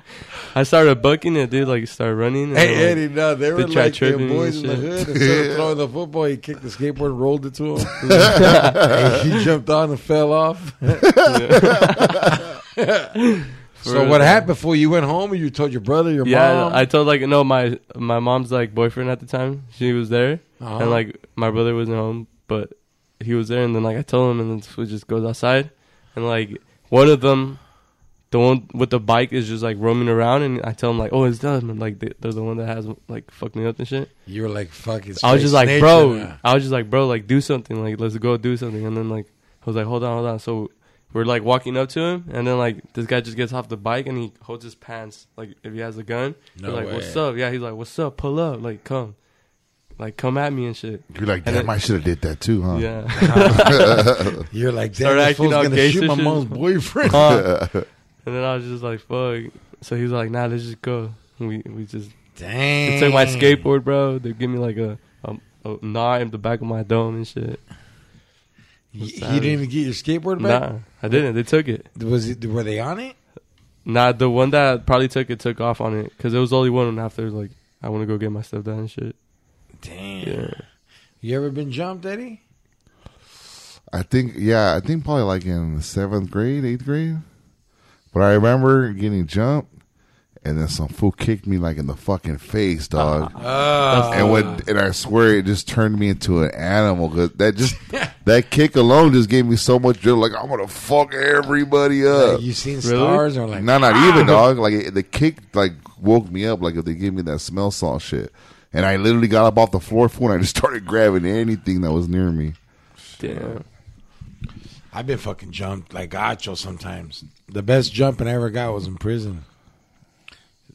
I started bucking it, dude. Like, started running. and Hey then, like, Eddie, no, they were tried like the tripping and boys in the shit. hood. Instead of throwing the football, he kicked the skateboard, rolled it to him. And he jumped on and fell off. so real. what happened before you went home? And you told your brother, your Yeah, mom. I told like no, my my mom's like boyfriend at the time. She was there, Uh-huh. and like my brother wasn't home, but he was there, and then like I told him, and then fool just goes outside, and like one of them, the one with the bike is just like roaming around, and I tell him like, oh, it's them, and like they, they're the one that has like fucked me up and shit. You were like fucking. I straight was just like, snitching, bro. huh? I was just like, bro, like do something, like let's go do something. And then like I was like, hold on, hold on. So we're like walking up to him, and then like this guy just gets off the bike and he holds his pants, like if he has a gun. No he's like, way. what's up? Yeah, he's like, what's up? Pull up, like come, like come at me and shit. You're like, And damn, it- I should have did that too, huh? Yeah. You're like, damn, Start this acting fool's all gonna gay shoot my shit. mom's boyfriend. Huh. and then I was just like, fuck. So he was like, nah, let's just go. And we we just Dang. they took my skateboard, bro. They give me like a, a, a knot in the back of my dome and shit. You, you savage. didn't even get your skateboard back. Nah, I didn't. They took it. Was it? Were they on it? Nah, the one that probably took it took off on it because it was only one after like I want to go get my stuff done and shit. Damn. Yeah, You ever been jumped, Eddie? I think, yeah, I think probably like in seventh grade, eighth grade. But I remember getting jumped, and then some fool kicked me like in the fucking face, dog. Oh. and when and I swear it just turned me into an animal because that just that kick alone just gave me so much drill. Like I'm gonna fuck everybody up. Uh, Like, you seen stars or like? No, not even dog. Like it, the kick, like woke me up. Like if they gave me that smell salt shit, and I literally got up off the floor for and I just started grabbing anything that was near me. damn. I've been fucking jumped like Acho sometimes. The best jumping I ever got was in prison.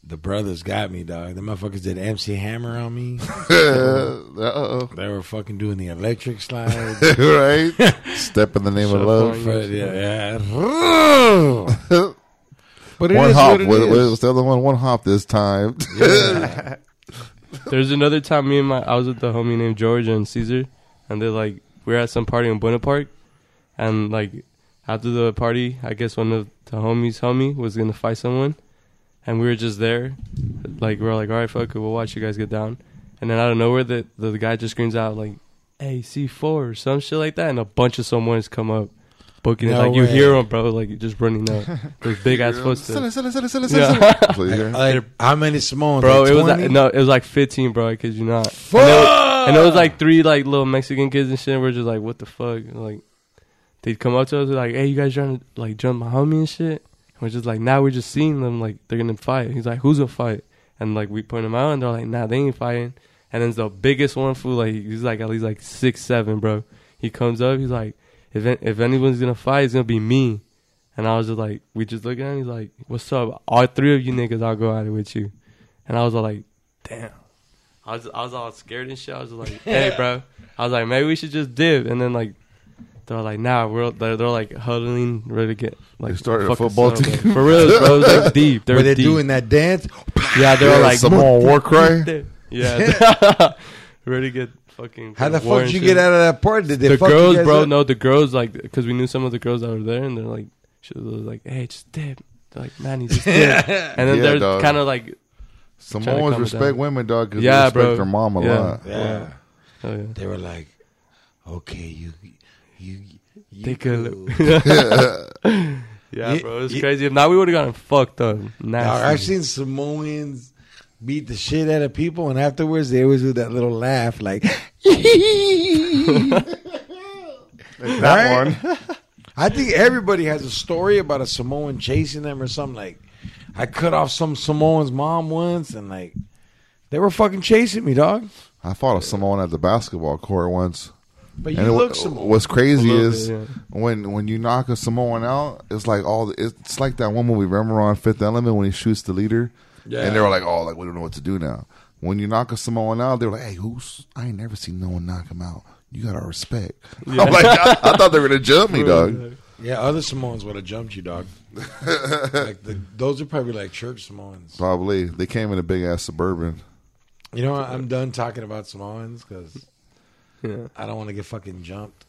The brothers got me, dog. The motherfuckers did MC Hammer on me. Uh-oh. they were fucking doing the electric slide. right? Step in the name of So love. funny. But yeah, yeah. but it One is hop. what it What, what is. was the other one? One hop this time. There's another time me and my I was with the homie named George and Caesar, and they like we were at some party in Buena Park, and like after the party, I guess one of the homies homie was gonna fight someone, and we were just there, like we were like all right fuck it we'll watch you guys get down, and then out of nowhere the the, the guy just screams out like hey C four or some shit like that, and a bunch of someone's come up. Booking it No like you way. hear him, bro, like just running up those big ass Silly, footsteps, silly, silly, silly, Yeah. silly. Please, yeah. Like, how many small? bro. Like It was like, 20? no, it was like fifteen, bro. I kid you not. Fuck! And it was- And it was like three like little Mexican kids and shit. And we're just like, what the fuck? And, like they'd come up to us they're like, hey, you guys trying to like jump my homie and shit. And we're just like, now we're just seeing them like they're gonna fight. He's like, who's gonna fight? And like we point them out and they're like, nah, they ain't fighting. And then the biggest one fool like he's like at least like six seven, bro. He comes up, he's like, if if anyone's gonna fight, it's gonna be me. And I was just like, we just look at him. He's like, what's up? All three of you niggas, I'll go at it with you. And I was all like, damn. I was, I was all scared and shit. I was just like, hey, bro. I was like, maybe we should just dip. And then, like, they're like, nah, we're, they're, they're like huddling, ready to get, like, They started a fucking football settled. team. For real, bro. It was like deep. They're Were they deep. doing that dance? Yeah, they were Yeah, like, some more war cry. yeah. ready to get fucking. How the war fuck and did you shit get out of that party? Did they the fuck you girls, guys bro. up? No, the girls, like, because we knew some of the girls that were there, and they're like, she was like, hey, just dip. They're like, man, he just dip. and then Yeah, they're dog. kind of like, Trying to Samoans calm it respect down. women, dog. 'cause Yeah, they respect bro. their mom a Yeah. lot. Yeah, oh, yeah. they were like, okay, you, you, you Take a go. look. yeah, You- bro, it's you- crazy. If not, we would have gotten fucked up. Dog, I've Nasty. seen Samoans beat the shit out of people, and afterwards they always do that little laugh, like that one. I think everybody has a story about a Samoan chasing them or something. Like, I cut off some Samoan's mom once, and like they were fucking chasing me, dog. I fought a Samoan at the basketball court once. But you And it- look Samoan. what's crazy A little is bit, when when you knock a Samoan out, it's like all the- it's like that one movie remember on Fifth Element when he shoots the leader, and they were like, "Oh, like we don't know what to do now." When you knock a Samoan out, they were like, "Hey, who's? I ain't never seen no one knock him out. You got our respect." I'm like, I, I thought they were gonna jump me, dog. Yeah, other Samoans would have jumped you, dog. like the, those are probably like church Samoans. Probably they came in a big ass suburban. You know, what? I'm done talking about Samoans because Yeah. I don't want to get fucking jumped.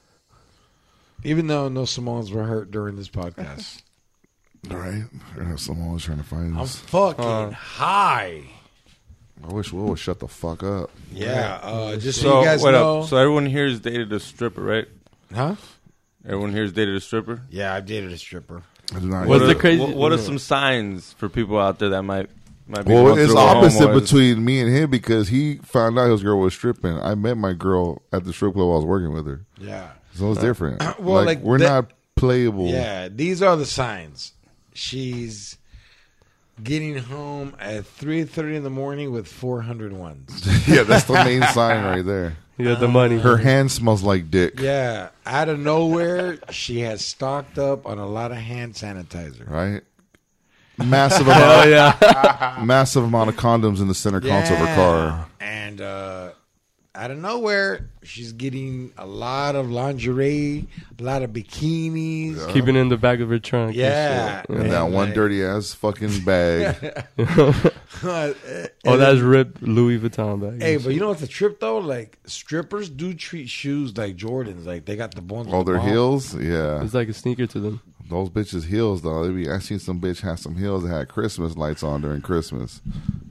Even though no Samoans were hurt during this podcast, All right, Samoan's trying to find I'm us. fucking high. I wish Will would shut the fuck up. Yeah, uh, just so, So, you guys what know, up? So everyone here is dated a stripper, right? huh? Everyone here is dated a stripper. Yeah, I've dated a stripper. I do not. What's what the are, crazy- What, what are some signs for people out there that might might be Well, going it's through a opposite homo- between me and him because he found out his girl was stripping. I met my girl at the strip club. I was working with her. Yeah, So it's different. Well, like, like we're that- not playable. Yeah, these are the signs. She's getting home at three thirty in the morning with four hundred ones. yeah, that's the main sign right there. You uh, got the money. Her hand smells like dick. Yeah, out of nowhere, she has stocked up on a lot of hand sanitizer. Right. Massive amount. Massive amount of condoms in the center console of her car. And uh, out of nowhere, she's getting a lot of lingerie, a lot of bikinis. Yeah. Keeping it in the back of her trunk. and shit. And that one like, dirty ass fucking bag. Oh, that's ripped Louis Vuitton bag. eh, Hey, but you know what's the trip though? Like strippers do treat shoes like Jordans. Like they got the bones. All with the their ball. heels. Yeah. it's like a sneaker to them. Those bitches' heels, though. They be, I seen some bitch have some heels that had Christmas lights on during Christmas.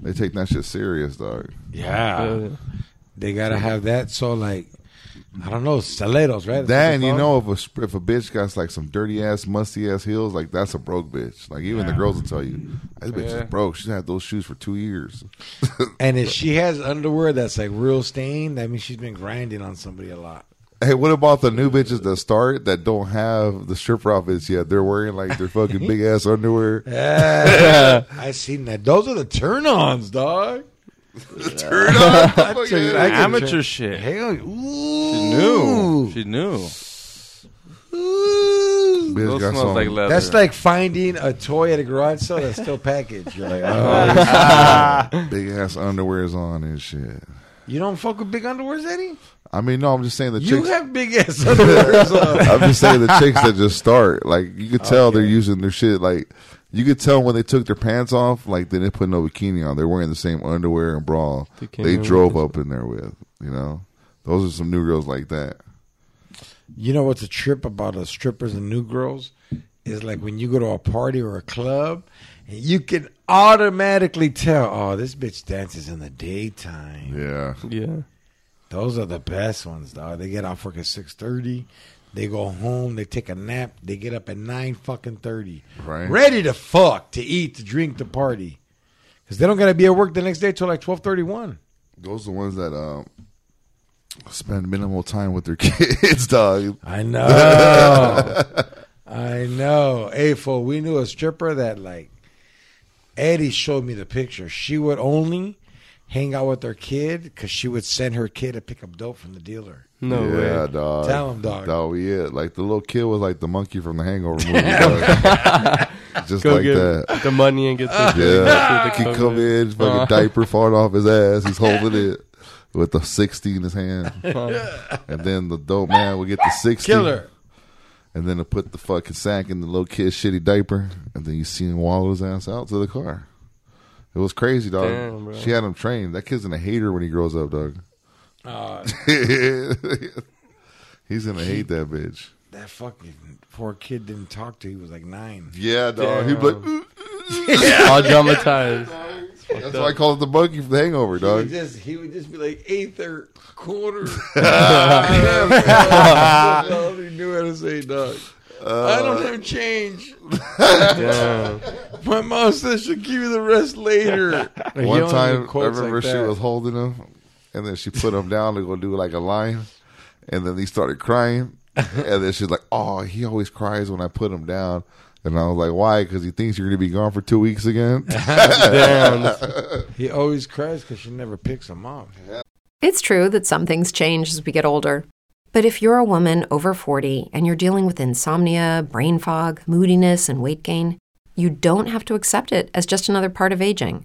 They take that shit serious, dog. Yeah. Uh, They gotta have that. So like, I don't know, stilettos, right? That's what That they and you call know if a sp- if a bitch got like some dirty ass musty ass heels like that's a broke bitch like even the girls will tell you this bitch Yeah. is broke she's had those shoes for two years it. And if she has underwear that's like real stained, that means she's been grinding on somebody a lot. hey what about the new bitches that start that don't have the stripper outfits yet they're wearing like their fucking big ass underwear Yeah, I seen that. Those are the turn-ons, dog. Turn up. you, I can- Amateur shit. Hell, ooh, New. She knew. Ooh. bitch Those got smells some like leather. That's like finding a toy at a garage sale that's still packaged. You're like, oh, big ass underwears on and shit you don't fuck with big underwears, Eddie. I mean no I'm just saying the You chicks have big ass underwears. on. I'm just saying the chicks that just start, like you Oh, could tell they're using their shit. Like you could tell when they took their pants off, like they didn't put no bikini on. They're wearing the same underwear and bra They came they in drove up in there with. You know, those are some new girls like that. You know what's a trip about uh, strippers and new girls? Is like when you go to a party or a club, and you can automatically tell, oh, this bitch dances in the daytime. Yeah, yeah. Those are the best ones, dog. They get off work at six thirty, they go home, they take a nap, they get up at nine fucking thirty, Right. ready to fuck, to eat, to drink, to party, because they don't gotta be at work the next day till like twelve thirty one. those are the ones that um spend minimal time with their kids, dog. I know. I know. Hey, fool, we knew a stripper that, like, Eddie showed me the picture. She would only hang out with her kid because she would send her kid to pick up dope from the dealer. No yeah, way. dog. Tell 'em, dog. That was it. Like the little kid was like the monkey from the Hangover movie. dog. just Go like get that. the money and get the Yeah, Shit he that come in, fucking diaper falling off his ass. He's holding it with the sixty in his hand, and then the dope man will get the sixty, Killer. and then to put the fucking sack in the little kid's shitty diaper, and then you see him wallow his ass out to the car. It was crazy, dog. Damn, bro. she had him trained. That kid's gonna hate her when he grows up, dog. Uh, He's gonna hate that bitch. that fucking poor kid didn't talk to. He was like nine. Yeah, dog. He'd be like, "Ooh." all dramatized. that's why I call it the monkey from the Hangover, He dog. would just, he would just be like eighth or quarter. he knew how to say dog. I don't have change. Damn. My mom says she'll give you the rest later. One time, I remember she was holding him, and then she put him down to go do like a line, and then he started crying, and then she's like, "Oh, he always cries when I put him down," and I was like, "Why? Because he thinks you're gonna be gone for two weeks again." Damn. He always cries because she never picks him up. It's true that some things change as we get older. But if you're a woman over 40 and you're dealing with insomnia, brain fog, moodiness, and weight gain, you don't have to accept it as just another part of aging.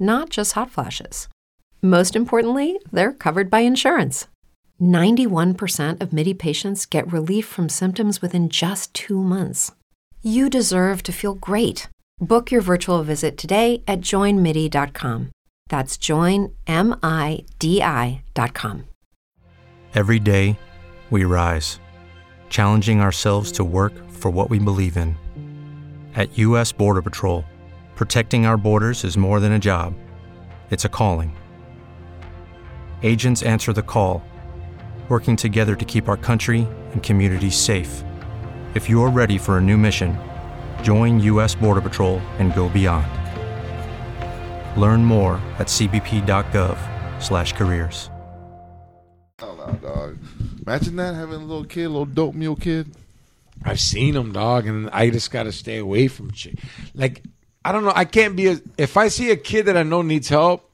not just hot flashes. Most importantly, they're covered by insurance. 91% of MIDI patients get relief from symptoms within just two months. You deserve to feel great. Book your virtual visit today at joinmidi.com. That's joinmidi.com. Every day, we rise, challenging ourselves to work for what we believe in. At U.S. Border Patrol, protecting our borders is more than a job, it's a calling. Agents answer the call, working together to keep our country and communities safe. If you're ready for a new mission, join U.S. Border Patrol and go beyond. Learn more at cbp.gov/careers. Hell no, dog. Imagine that having a little kid, a little dope mule kid. I've seen them, dog, and I just got to stay away from shit. Like, I don't know. I can't be. A, if I see a kid that I know needs help,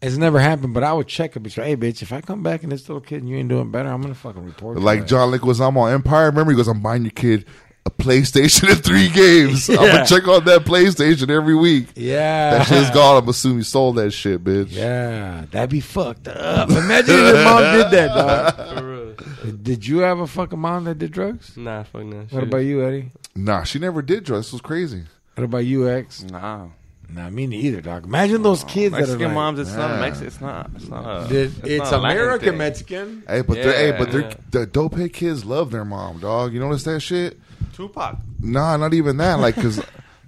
it's never happened. But I would check a bitch. Hey, bitch, if I come back and this little kid and you ain't doing better, I'm gonna fucking report. you. Like John Leguizamo on Empire. Remember, he goes, "I'm buying your kid a PlayStation and three games. I'm gonna check on that PlayStation every week. yeah, That shit's gone. I'm assuming you sold that shit, bitch. Yeah, that'd be fucked up. Imagine if your mom did that, dog. For real. Did you have a fucking mom that did drugs? Nah, fuck no. What about you, Eddie? Nah, she never did drugs. This was crazy. What about you, X? Nah. Mm. Nah, me neither, dog. Imagine those kids that are Mexican like, moms, it's not Nah. Mexican. It's not. It's not. A, Did- it's not a Latin American thing. Mexican. Hey, but they're, hey, but Yeah. they're, the dope kids love their mom, dog. You notice that shit? Tupac. Nah, not even that. Like, cause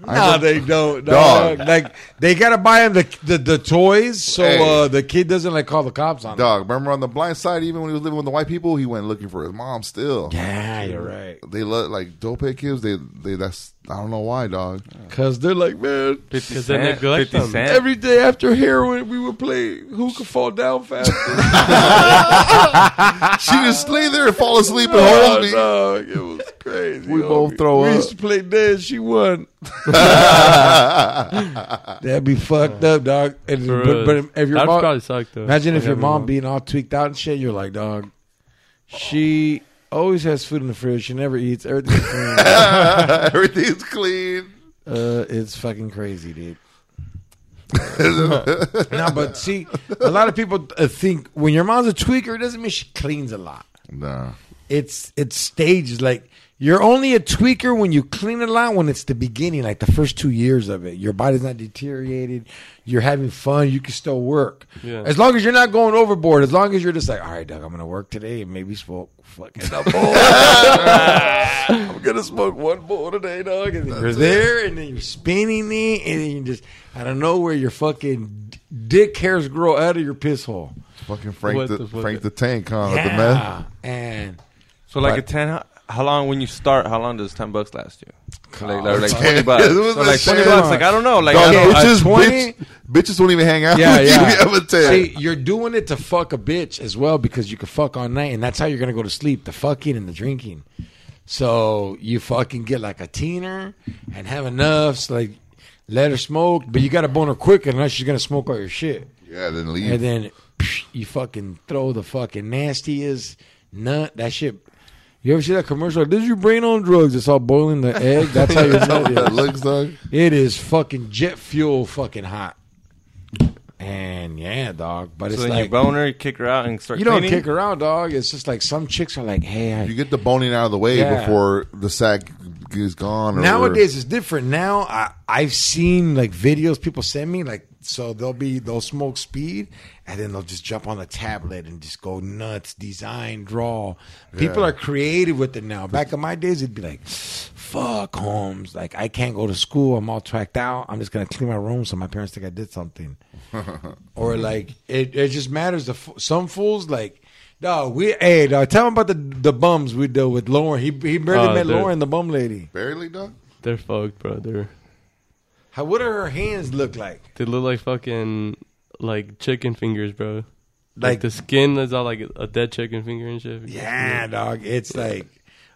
I No, know- they don't. No, Dog. no, like they gotta buy him the the, the toys so Hey. uh, the kid doesn't like call the cops on him. dog. Remember on the blind side, even when he was living with the white people, he went looking for his mom. Still, Yeah, you're right. they love like dope kids. They, they that's I don't know why, dog. Cause they're like, man, Because they neglect them. Cent. every day after heroin, we would play who could fall down faster. She just lay there and fall asleep and hold me. dog, it was crazy. We homie. both throw we up. used to play dead. She won. That'd be fucked up, dog. And, For but, real. but if your That'd mom, probably suck though. Imagine if Like, your I mom mean, being all tweaked out and shit. You're like, dog, she always has food in the fridge. She never eats. Everything's clean. uh, Everything's clean. it's fucking crazy, dude. no, but see, a lot of people uh, think when your mom's a tweaker, it doesn't mean she cleans a lot. Nah. It's it's stages. Like you're only a tweaker when you clean a lot. When it's the beginning, like the first two years of it, your body's not deteriorated. You're having fun. You can still work. Yeah. As long as you're not going overboard, as long as you're just like, all right, Doug, I'm gonna work today and maybe smoke fucking a bowl. I'm gonna smoke one bowl today, dog. And then you're there, and then you're spinning it, and then you just I don't know where your fucking d- dick hairs grow out of your piss hole. Fucking Frank What the, the fuck? Frank the Tank, huh? with The meth. and So like Right. a ten. How, how long when you start? How long does ten bucks last you? Like, like, like Ten. twenty bucks. It was a So like twenty shame. bucks. Like I don't know. Like Dog, I don't, I, bitches, 20? bitch, bitches won't even hang out. Yeah, with you yeah. if you have a See, tank. you're doing it to fuck a bitch as well because you can fuck all night, and that's how you're gonna go to sleep: the fucking and the drinking. So you fucking get like a teener and have enough, so like let her smoke, but you got to bone her quick, unless she's gonna smoke all your shit, Yeah, then and leave. then psh, you fucking throw the fucking nastiest nut. That shit. You ever see that commercial? This is your brain on drugs. It's all boiling the egg. That's how you know it is. that looks dog. It is fucking jet fuel, fucking hot. And yeah, dog. But so it's then you like you, bone her, you kick her out, and start. don't cleaning? kick around, dog. It's just like some chicks are like, hey, You I, get the boning out of the way Yeah. before the sack is gone. Or, nowadays it's different. Now I I've seen like videos people send me like so they'll be they'll smoke speed and then they'll just jump on the tablet and just go nuts, design, draw. People Yeah. are creative with it now. Back in my days, it'd be like, fuck Holmes, like I can't go to school. I'm all tracked out. I'm just gonna clean my room so my parents think I did something. or like it, it just matters. The f- some fools like. No, we hey, dog, tell him about the the bums we deal with. Lauren, he he barely Oh, met dude. Lauren, the bum lady. barely dog. they're fucked, bro. They're, How what do her hands look like? they look like fucking like chicken fingers, bro. Like, Like- the skin is all like a dead chicken finger and shit. Yeah, dog. It's like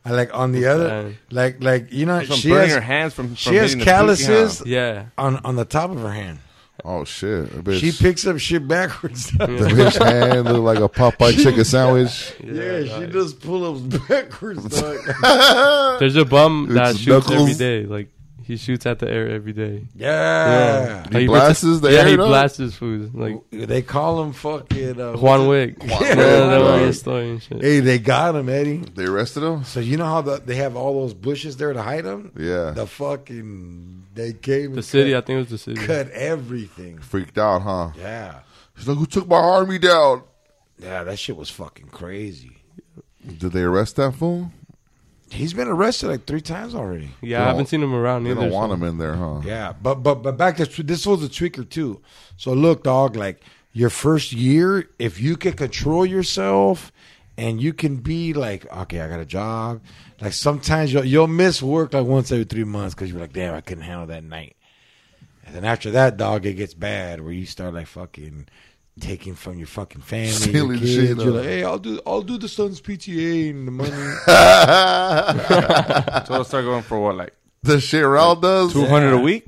I like on the other Dang. like like you know From she burning has, her hands from. from she has hitting the pussy calluses house. Yeah. on on the top of her hand. Oh shit! A bitch. She picks up shit backwards. dog. the bitch hand look like a Popeye chicken sandwich. Yeah, she does pull ups backwards, dog. There's a bum It's that shoots every knuckles. day. Like he shoots at the air every day. yeah. Like, He puts- blasts the yeah, air he though? blasts his food. Like They call him fucking uh, Juan Wick. Wick, Yeah, that bro. was his story and shit. Hey, they got him, Eddie. They arrested him. So you know how the, they have all those bushes there to hide him? Yeah, The fucking they came The and city, I cut, think it was the city. cut everything. freaked out, huh? Yeah. She's like, "Who took my army down?" Yeah, that shit was fucking crazy. Did they arrest that fool? He's been arrested like three times already. Yeah, They I don't- haven't seen him around They either. don't want so- him in there, huh? Yeah, but but but back to this was a tweaker too. So look, dog, like your first year, if you can control yourself and you can be like, okay, I got a job. Like sometimes you'll you'll miss work like once every three months because you're like, damn, I couldn't handle that night. And then after that, dog, it gets bad where you start like fucking taking from your fucking family, your Stealing kids. shit, You're huh? like, hey, I'll do I'll do the son's PTA and the money. So it'll start going for what, like The shit Raul does. two hundred a week?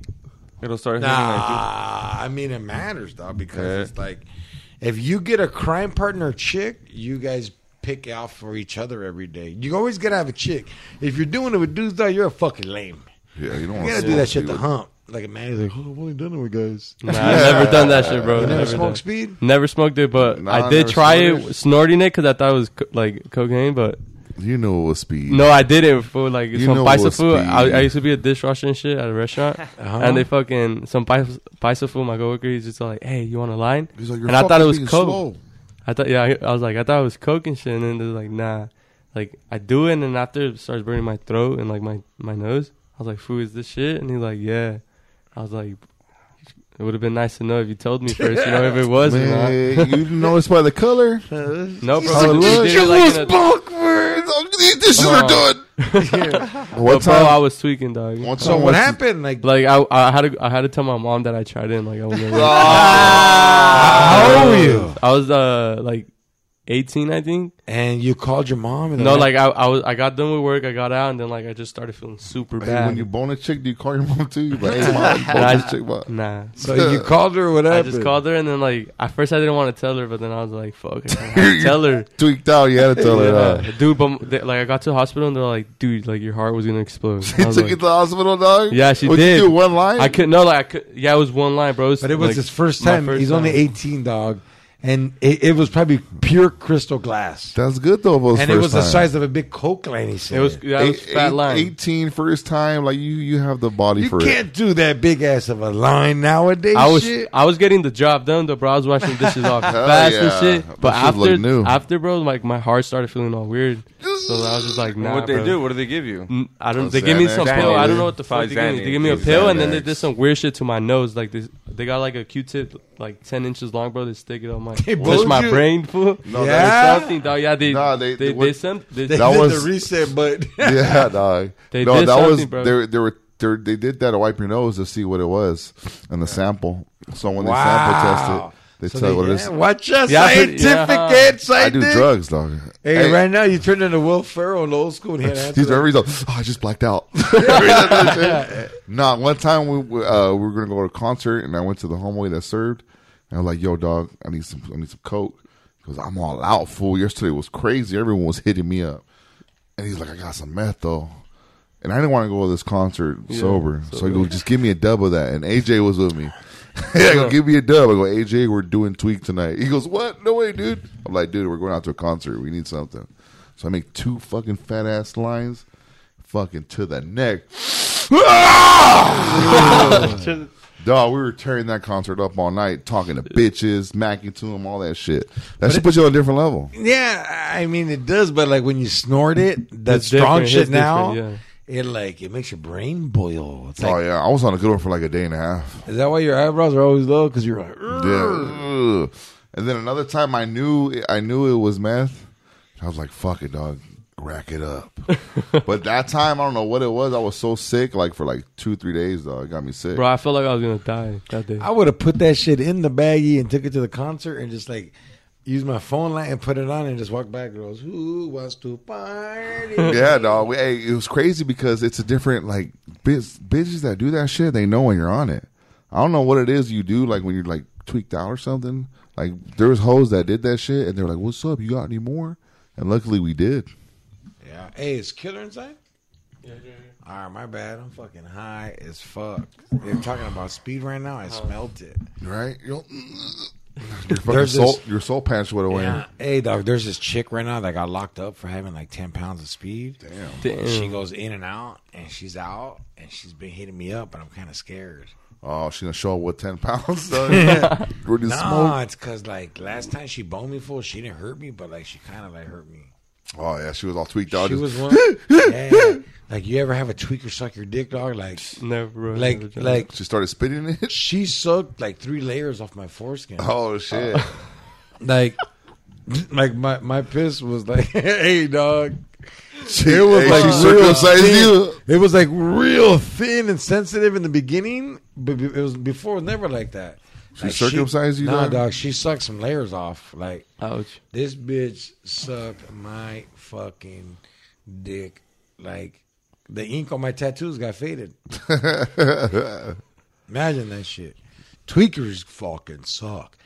It'll start hitting like Nah, I mean it matters though because it's like if you get a crime partner chick, you guys pick out for each other every day. You always gotta have a chick. If you're doing it with dudes though, you're a fucking lame. Yeah, you don't Oh, You want gotta to do that shit to hump. Like a man is like, oh, I've only done it with guys. Nah, I've never done that shit, You bro. never Never done. smoke speed? Never smoked it, but Nah, I I did never try it, smoked snorting it because I thought it was co- like cocaine. But You know it was speed. no, I did it for like You know some paisa what's food. I, speed. I used to be a dishwasher and shit at a restaurant, and they fucking some paisa paisa food. My coworker, he's just like, "Hey, you want a line?" He's like, "You're and I thought it fucking was being coke. slow." I thought, yeah, I, I was like, I thought it was coke and shit, and then they're like, nah. Like I do it, and then after it starts burning my throat and like my my nose, I was like, "Foo, is this shit?" And he's like, "Yeah." I was like, "It would have been nice to know if you told me first, you know, if it was or not." Man, you didn't notice by the color. No, bro. Oh, we look. did it like in a- This shit are done. but What bro, I time? was tweaking, dog. What So time what was- happened? Like Like I, I had to, I had to tell my mom that I tried it. And, like I was, never- Ah. how Ah. old were you? I was uh like eighteen, I think. And you called your mom and No, like I, I was, I got done with work, I got out, and then like I just started feeling super Hey, bad. when you bone a chick, do you call your mom too? You like, hey, mom, bone I- this chick, mom. nah, So you called her or whatever. I just called her, and then like at first I didn't want to tell her, but then I was like, fuck, I gotta tell her. Tweaked out. You had to tell her. Yeah. that. Dude, but they, like I got to the hospital and they're like, dude, like your heart was gonna explode. She I was took like, you to the hospital, dog. Yeah, she What'd did. You do one line. I could no, like I could, yeah, it was one line, bro. But it was like, his first my time. first He's only time. 18, dog. And it, it was probably pure crystal glass. That's good though. for and first it was time. the size of a big coke line. He said It was yeah, it was Eight- fat eight- line. 18 first time. Like you, you have the body You for it. can't do that big ass of a line nowadays. I was shit. I was getting the job done, though, bro. I was washing dishes off fast yeah. and shit. But That shit look after new. after bro, like my heart started feeling all weird. So I was just like, two. nah, What they bro. do? What do they give you? Mm, I don't. Oh, They give me Xanax, some Xanax. pill. I don't know what the fuck Probably they give me. They Xanax. give me a Xanax. pill, and then they did some weird shit to my nose. Like this, they got like a Q-tip, like ten inches long, bro. They stick it on my, push blowed my you? brain, fool. No, Yeah. that- Something, dog. Yeah, they, Nah, they- they, they they, went- some, they, that Hit was the reset button. yeah, dog. They no, did that was something, bro. they they were they they did that to wipe your nose to see what it was and the sample. So when Wow. they sample test it, they So tell you they- what it yeah, is. Watch us, Yeah, I scientific heard- yeah. and I do scientific. drugs, dog. Hey, Hey, right now you turned into Will Ferrell in old school. And he had to These answer memories, like, oh, I just blacked out. nah, one time we we, uh, we were gonna go to a concert, and I went to the homeboy that served, and I was like, "Yo, dog, I need some, I need some coke." He goes, "I'm all out, fool. Yesterday was crazy. Everyone was hitting me up." And he's like, "I got some meth though," and I didn't want to go to this concert sober, so he goes, "Just give me a dub of that." And AJ was with me. yeah, I go, give me a dub. I go, AJ, we're doing tweak tonight. He goes, what? No way, dude. I'm like, dude, we're going out to a concert. We need something. So I make two fucking fat ass lines, fucking to the neck. Dog, we were tearing that concert up all night, talking to bitches, macking to them, all that shit. That should put you on a different level. that. Yeah, I mean it does, but like when you snort it, that It's strong different. shit It's now, different, it like it makes your brain boil. It's oh like, yeah, I was on a good one for like a day and a half. is that why your eyebrows are always low? Because you're like, Yeah. Ugh. And then another time, I knew I knew it was meth. I was like, "Fuck it, dog, rack it up." but that time, I don't know what it was. I was so sick, like for like two, three days, dog. It got me sick. bro. I felt like I was gonna die that day. I would have put that shit in the baggie and took it to the concert and just like use my phone light and put it on and just walk back. Girls, who wants to party? Yeah, dog. We, hey, it was crazy because it's a different like biz, bitches that do that shit. They know when you're on it. I don't know what it is you do, like when you're like tweaked out or something. Like there was hoes that did that shit, and they were like, "What's up? You got any more?" And luckily, we did. Yeah. Hey, is Killer inside? All right, my bad. I'm fucking high as fuck. They're talking about speed right now. I smelt it. Right? You're, your fucking There's soul, this- your soul patch went away. Yeah. Hey, dog. There's this chick right now that got locked up for having like 10 pounds of speed. Damn. Damn. She goes in and out, and she's out, and she's been hitting me up, and I'm kind of scared. Oh, she gonna show up with ten pounds. dog. Ready to Nah, smoke? it's because like last time she boned me full, she didn't hurt me, but like she kind of like hurt me. Oh yeah, she was all tweaked out. She was Just- one. yeah. Like you ever have a tweaker suck your dick, dog? Like, Never. ruined the like, vagina. like she started spitting it. she sucked like three layers off my foreskin. Oh Uh, shit! Like, like my my piss was like, hey, dog. She, it was like she real circumcised thin. you. It was like real thin and sensitive in the beginning, but it was before it was never like that. She circumcised you, Nah, dog? dog. She sucked some layers off. Like Ouch. this bitch sucked my fucking dick. Like the ink on my tattoos got faded. Imagine that shit. Tweakers fucking suck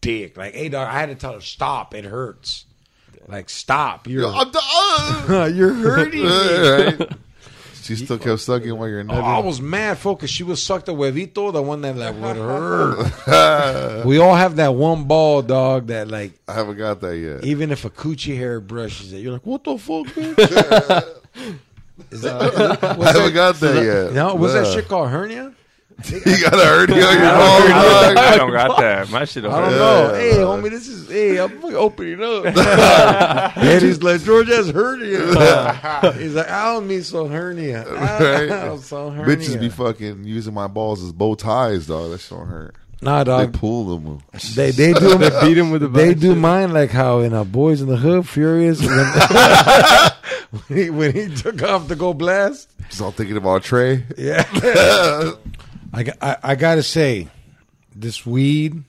dick. Like, hey, dog. I had to tell her stop. It hurts. Like stop. You're I'm done. you're hurting. me. Right? She still kept sucking while you're Oh, I nutting. was mad, focused. She was sucked the huevito, the one that like would hurt. we all have that one ball, dog. That like, I haven't got that yet. even if a coochie hair brushes it, you're like, what the fuck, bitch? Is that, I what's haven't that, got that yet. no, what's that Nah. shit called hernia? You got a hernia on your balls, dog. I don't got that. My I shit. Over don't there. know. Hey, homie, this is hey, I'm fucking opening up. and he's like, George has hernia. he's like, I don't mean so hernia. I Right? don't so hernia. Bitches be fucking using my balls as bow ties, dog. That shit don't hurt. nah, They dog. pull them. They they do they beat him with a they bunch do mine like how in uh, Boys in the Hood Furious when, when, he, when he took off to go blast. Just all thinking about Trey. Yeah, I, got- I I gotta say, this weed,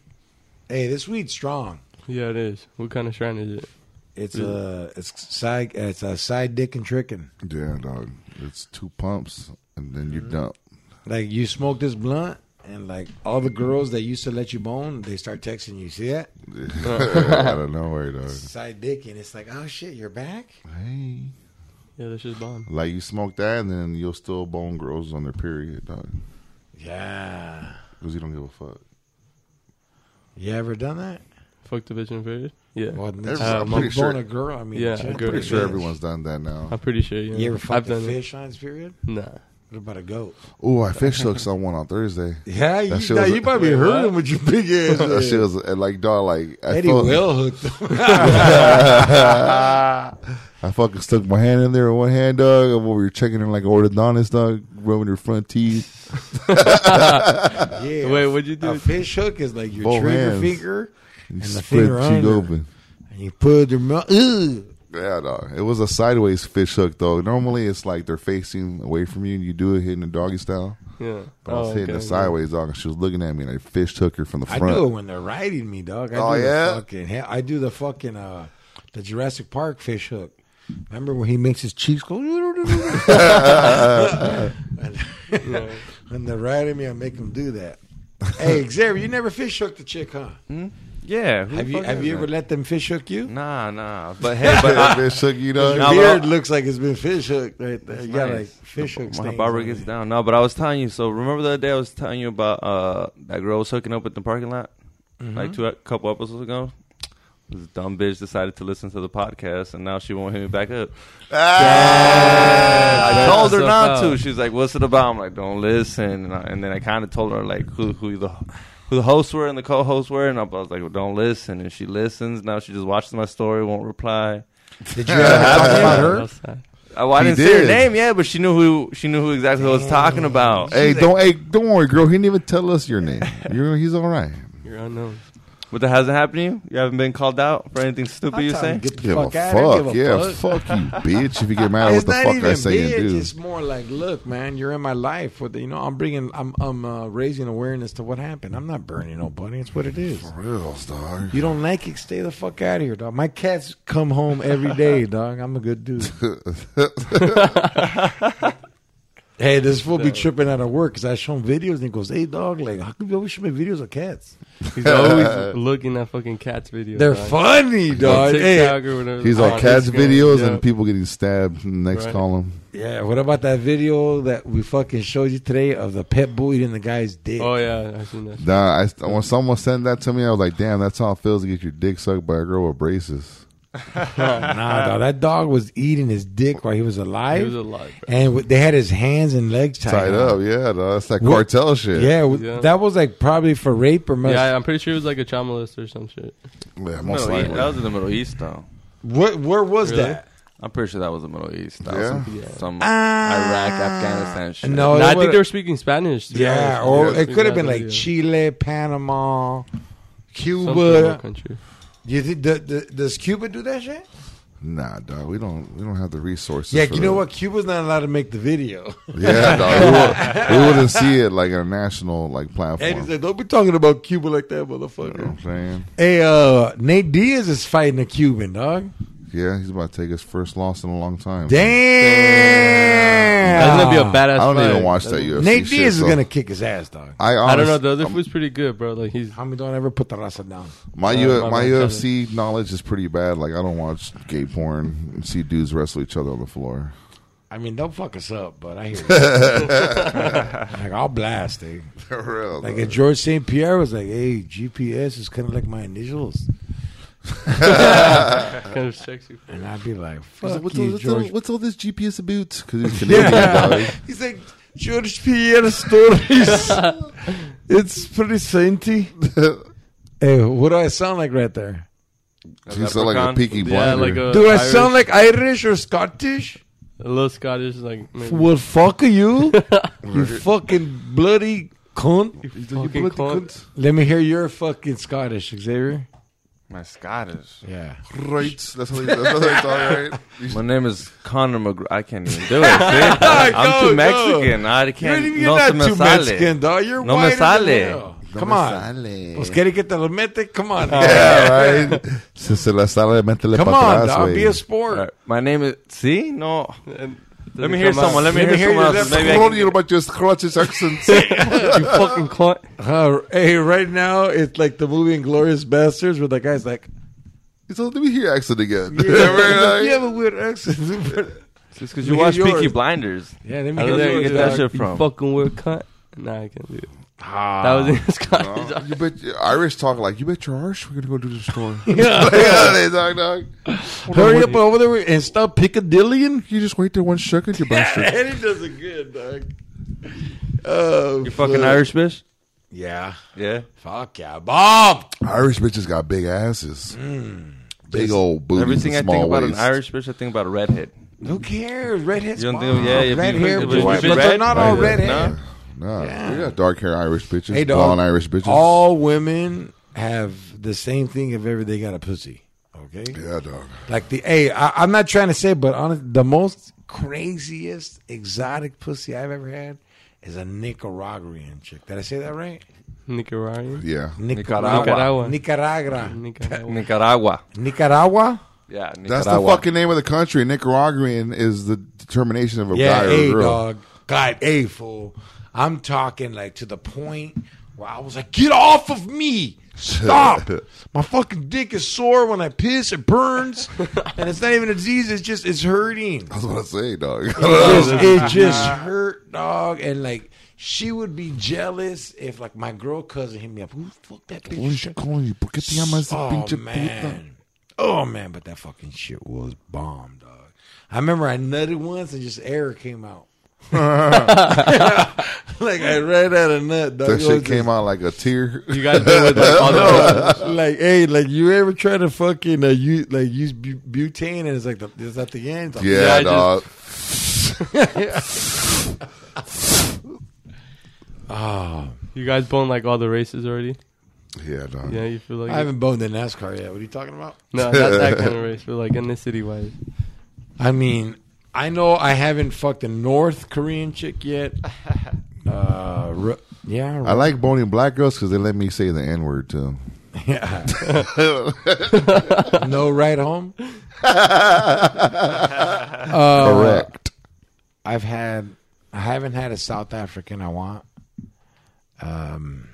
hey, this weed's strong. Yeah, it is. What kind of shrine is it? It's a it's side it's a side dick and tricking. Yeah, dog. It's two pumps and then Mm-hmm. you're done. Like you smoke this blunt. And like all the girls that used to let you bone, they start texting you. See that Out of nowhere, dog. side dick, and it's like, oh shit, you're back. Hey. Yeah, that's just bomb. Like you smoke that and then you'll still bone girls on their period, dog. Yeah, Because you don't give a fuck. you ever done that? Fuck the bitch and period. Yeah, Well, Every- I'm I'm pretty sure- a girl. I mean, Yeah, shit. I'm Pretty Yeah. sure everyone's done that now. I'm pretty sure. Yeah, You ever I've fucked a done fish on its period? it. Nah. What about a goat? Oh, I fish hooked someone on Thursday. Yeah, That shit was- probably Wait, heard what? him with your big ass. That shit was and like dog. Like I Eddie felt- Will hooked him. I fucking stuck my hand in there with one hand, dog. And we were checking in like an orthodontist, dog, rubbing your front teeth. yeah. Wait, what'd you A do? fish hook is like your Both trigger hands. finger, And the spread finger the cheek under. open. and you put your mouth. Ooh. Yeah, dog. It was a sideways fish hook, though. Normally, it's like they're facing away from you, and you do it hitting the doggy style. Yeah. Oh, But I was hitting okay, it sideways, dog, and she was looking at me, and I fish hook her from the Oh, I front. do it when they're riding me, dog. I Oh, do yeah? the fucking. hell- I do the fucking uh, the Jurassic Park fish hook. Remember when he makes his cheeks go? Yeah. when they're riding me, I make them do that. hey, Xavier, you never fish hooked a chick, huh? Yeah. who Have the you fuck have is you that? ever let them fish hook you? Nah, nah. But hey, but Yeah, I, fish hook you, dog. No, Your but beard I- looks like it's been fish hooked right there. You got Nice. like fish hook My stains barber on gets it. down. No, but I was telling you. So remember the other day I was telling you about uh, that girl was hooking up at the parking lot, Mm-hmm. like two a couple episodes ago. This dumb bitch decided to listen to the podcast, and now she won't hit me back up. Ah! I told her so not foul. to. She's like, "What's it about?" I'm like, "Don't listen." And, I, and then I kind of told her like who who the who the hosts were and the co-hosts were, and I was like, well, "Don't listen." And she listens now. She just watches my story, won't reply. Did you ever talk about her? That's sad. Oh, I He didn't say her did. name yet, but she knew who she knew who exactly who I was talking about. Hey, don't hey, don't worry, girl. He didn't even tell us your name. You're, he's all right. You're unknown. But that hasn't happened to you? You haven't been called out for anything stupid I'll you tell say? him, Get the Give fuck a out. I don't fuck, give a yeah, fuck. fuck you, bitch. If you get mad, It's what the not fuck even I say bitch, and do? It's more like, look, man, you're in my life. With the, you know, I'm bringing, I'm, I'm uh, raising awareness to what happened. I'm not burning nobody. It's what it is. Reals, dog. You don't like it? Stay the fuck out of here, dog. My cats come home every day, dog. I'm a good dude. hey, this fool be tripping out of work because I show him videos and he goes, "Hey, dog, like how come you always show me videos of cats? He's always looking at fucking cats videos. They're dog. funny, On dog. Hey, TikTok or whatever. He's Oh, on cats Instagram. videos Yeah. and people getting stabbed. in the Next Right. column. yeah. What about that video that we fucking showed you today of the pet bull eating the guy's dick? Oh yeah, I've seen that. Nah, I, when someone sent that to me, I was like, damn, that's how it feels to get your dick sucked by a girl with braces. Nah, dog. That dog was eating his dick while he was alive, He was alive. Bro. and w- they had his hands and legs tied, Tied up, yeah, dog. That's that What- cartel shit. Yeah, w- Yeah. that was like probably for rape or murder. Yeah, I'm pretty sure it was like a trauma list or some shit. Yeah, most Middle E, East- likely. that was in the Middle East, though. What? Where was Really? that? I'm pretty sure that was the Middle East. That Yeah. was some, some Iraq, Afghanistan shit. No, No, it I think would've- they were speaking Spanish. to be Oh, Yeah, honest. or They were it could have speaking been that like video. Chile, Panama, Some third world Cuba. country. You think the, the, does Cuba do that shit? Nah, dog. We don't. We don't have the resources. Yeah, for you know that. what? Cuba's not allowed to make the video. Yeah, dog. We, would, we wouldn't see it like a national like platform. And he said, "Don't be talking about Cuba like that, you know motherfucker." what I'm saying? Hey, uh, Nate Diaz is fighting a Cuban dog. Yeah, he's about to take his first loss in a long time. Damn, That's gonna be a I badass. don't fight. even watch that UFC Nate shit, Diaz is so gonna kick his ass, dog. I, I don't know. honest- The other food's pretty good, bro. Like he's. Homie, don't ever put the raza down. My Uh, U- my my bad, UFC knowledge is pretty bad. Like I don't watch gay porn and see dudes wrestle each other on the floor. I mean, don't fuck us up, but I hear you. like I'll blast, eh? dude. For real. Like dog. if George St. Pierre was like, "Hey, GPS is kind of like my initials," kind of sexy. and I'd be like, He's like, "Fuck what's, all, you, what's all- George." what's all this GPS about? Because he's Canadian, dog. He's like George Pierre stories. it's pretty sainty. hey, what do I sound like right there, He sound like a leprechaun. Peaky Yeah, Blinder. like Uh, a. do I Irish- sound like Irish or Scottish? a little Scottish? Like maybe. Well, fuck you, you fucking bloody cunt. He's like, fucking you bloody cunt. Let me hear your fucking Scottish, Xavier. My Scottish. Yeah. cunt. Right. That's how they, that's how they talk, right? You My name is Conor McGregor. I can't even do it. see? I'm Go, go. too Mexican. I You're, can't. you're no not se me too sale. Mexican, dog. You're No me white. sale. Come on. Pues quiere que te lo mete? Come on. Yeah. Yeah, right. Since the last time I met the Come on, dog. Be a sport. All right, My name is. See? No. And- Uh, Let me hear Come on. someone. Let me Let me hear hear someone your left else. Maybe I can you about your Scottish accent. you fucking cunt. Uh, hey, right now it's like the movie Inglorious Bastards where the guy's like, He's like, let me hear your accent again. yeah, Right, you like, have a weird accent. Just because you Look at watch Peaky yours. Blinders. yeah, let me I don't know get where you you get that dog. shit You from. fucking weird cunt. Nah, I can't do it. That Ah. was in Scottish. "Oh, you bet your Irish talk like you bet your Irish we're gonna go to the store. yeah, they talk, dog. Hurry up over there and stop Piccadillying. You just wait there one second, you bastard. And he does it good, dog. Oh, You fucking fuck. Irish bitch? Yeah. Yeah. Fuck yeah, Bob. Irish bitches got big asses, Hmm. big old booties, Everything I and think small about waist. an Irish bitch, I think about a redhead. Who cares? Redheads. You don't Bob. think- yeah, if you red think hair, of but, it, but you'd be they're red. not all Right, red no. hair. Nah, Yeah. we got dark hair Irish bitches, Hey, dog. blonde Irish bitches. All women have the same thing if ever they got a pussy. Okay. yeah, dog. Like the hey, I, I'm not trying to say, but honest, the most craziest exotic pussy I've ever had is a Nicaraguan chick. Did I say that right? Nicaraguan. Yeah, Nicaragua. Nicaragua. Nicaragua. Nicaragua. Nicaragua. Yeah, Nicaragua. that's the fucking name of the country. Nicaraguan is the determination of a Yeah, guy or hey, a girl. dog. God, hey, fool. I'm talking like to the point where I was like, get off of me. Stop. My fucking dick is sore when I piss. It burns. And it's not even a disease. It's just, it's hurting. That's what I say, dog. It just, it just hurt, dog. And like, she would be jealous if like my girl cousin hit me up. Who fuck that bitch? oh man, oh man, but that fucking shit was bomb, dog. I remember I nutted once and just air came out. like I ran out of nut, dog. That It shit was came out like a tear. You guys been with like all the just- like hey, like you ever try to fucking uh, you like use bu- butane and it's like the, it's at the end. It's like, Yeah, Yeah, I dog. Oh, you guys boned like all the races already. Yeah, dog. Yeah, you feel like I haven't boned in NASCAR yet. What are you talking about? no, not that kind of race, but like in the city wise. I mean, I know I haven't fucked a North Korean chick yet. Uh, Ru- yeah, I like boning black girls because they let me say the N word too. yeah. no right home. Uh, Correct. I've had. I haven't had a South African I want. Um,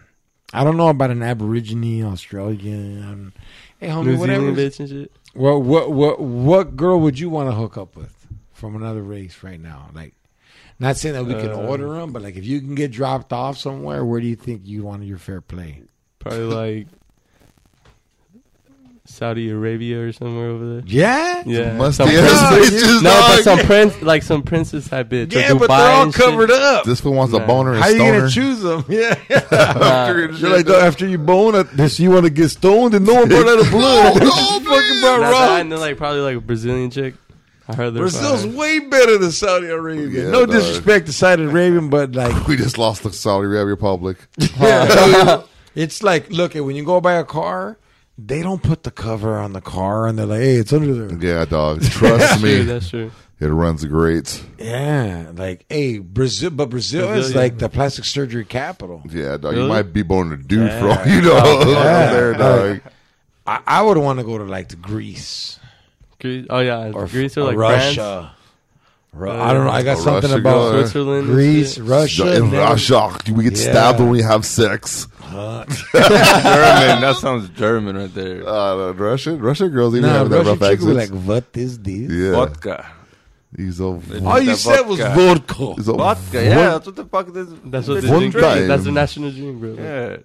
I don't know about an Aborigine, Australian. Hey, homie, New whatever. Zealand bitch and shit. Well, what what what girl would you want to hook up with from another race right now? Like, not saying that we can Uh, order 'em, order them, but like if you can get dropped off somewhere, where do you think you want your fair play? Probably like Saudi Arabia or somewhere over there. Yeah? Yeah, Musty some ass prince- bitches, no, but dog. some prince, like some princess type bitch. or Yeah, but they're Dubai all and shit. covered up. This one wants a Nah. boner and How you stoner. gonna choose them? Yeah, Nah. you're like "Dog, after you bone it, this you want to get stoned and no one brought out of blood. no, Oh, fucking brought Not that, and rum. then like probably like a Brazilian chick. I heard they're Brazil's fine. way better than Saudi Arabia. Yeah, no dog. disrespect to Saudi Arabia, but like, we just lost the Saudi Arabia public. yeah, it's like look, eh, when you go buy a car, they don't put the cover on the car, and they're like, hey, it's under there. Yeah, dog. Trust True, me, that's true. it runs great. Yeah, like hey, Brazil, but Brazil is Brazilian. like the plastic surgery capital. Yeah, dog. You Really? might be boning a dude for all you know. over Oh, yeah. there, dog. I, I would want to go to like to Greece Greece, oh yeah, or Greece or like France, Russia. Ru- I don't know. I got Or something Russia, about go there. Switzerland, and Greece, shit. Russia, In and then- Russia, we get Yeah. stabbed when we have sex. German. That sounds German right there. Uh, Russian, Russian girls even Nah, have that Russian rough chick accent. would be like, what is this? yeah, Vodka. he's all. All you That said was vodka. vodka. He's all Vodka. Yeah, that's what the fuck this. That's what they One drink. time. That's their national drink, bro. Yeah.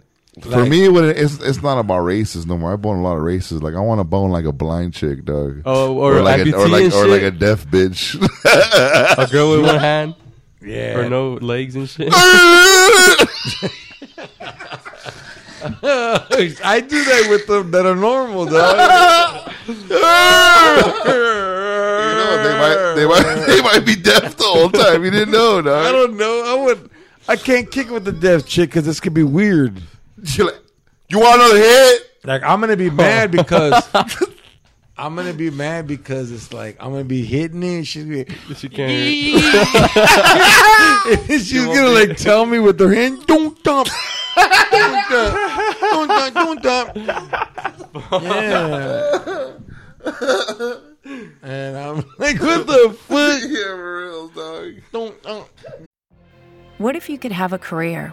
For me, when it, it's it's not about races no more. I bone a lot of races. Like I want to bone like a blind chick, dog. Oh, or, like amputee a, or like and or shit. like a deaf bitch. a girl with one hand Yeah. or no legs and shit. I do that with them that are normal, dog. You know, they might they might they might be deaf the whole time. You didn't know, dog. I don't know. I would. I can't kick with the deaf chick because this could be weird. She like, you want another hit? Like I'm gonna be mad because I'm gonna be mad because it's like I'm gonna be hitting it. And she's gonna, be- she can't. And she's gonna like tell me with her hand, don't dump, don't dump, don't dump, don't dump. Yeah. And I'm like, what the fuck? Yeah, for real, dog. Don't, don't. What if you could have a career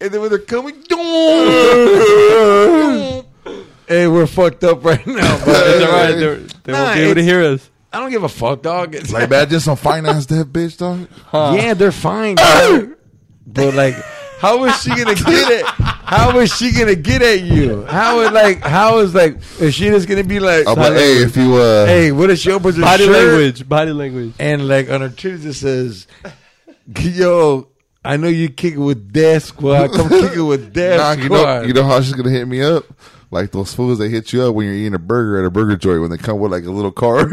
And then when they're coming, don't. hey, we're fucked up right now, It's all right. but They're, they Nah, won't be able to it's- hear us. I don't give a fuck, dog. It's Like imagine some fine ass deaf bitch, dog. Yeah, they're fine. dog. Uh, but like, how is she gonna get it? How is she gonna get at you? How is like? How is like? Is she just gonna be like? Uh, but hey, if you uh, hey, what if she opens her Body shirt language. Body language. and like on her titties it says, "Yo, I know you kick it with Death Squad. Come kick it with Death nah, Squad." you know, you know how she's gonna hit me up. Like those fools that hit you up when you're eating a burger at a burger joint when they come with like a little card.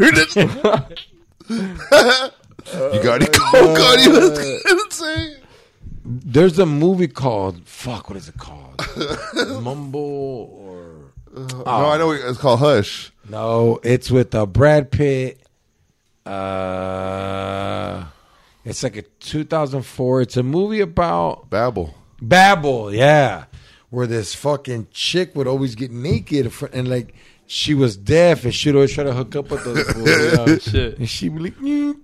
you got any coke on you? That's what I'm saying. There's a movie called Fuck. What is it called? Mumble or No, I know it's called Hush. No, it's with uh, Brad Pitt. Uh, it's like a 2004. It's a movie about Babel. Babel, yeah, where this fucking chick would always get naked in front- and like she was deaf and she'd always try to hook up with those fools. Oh shit. and she'd be like, "Mm."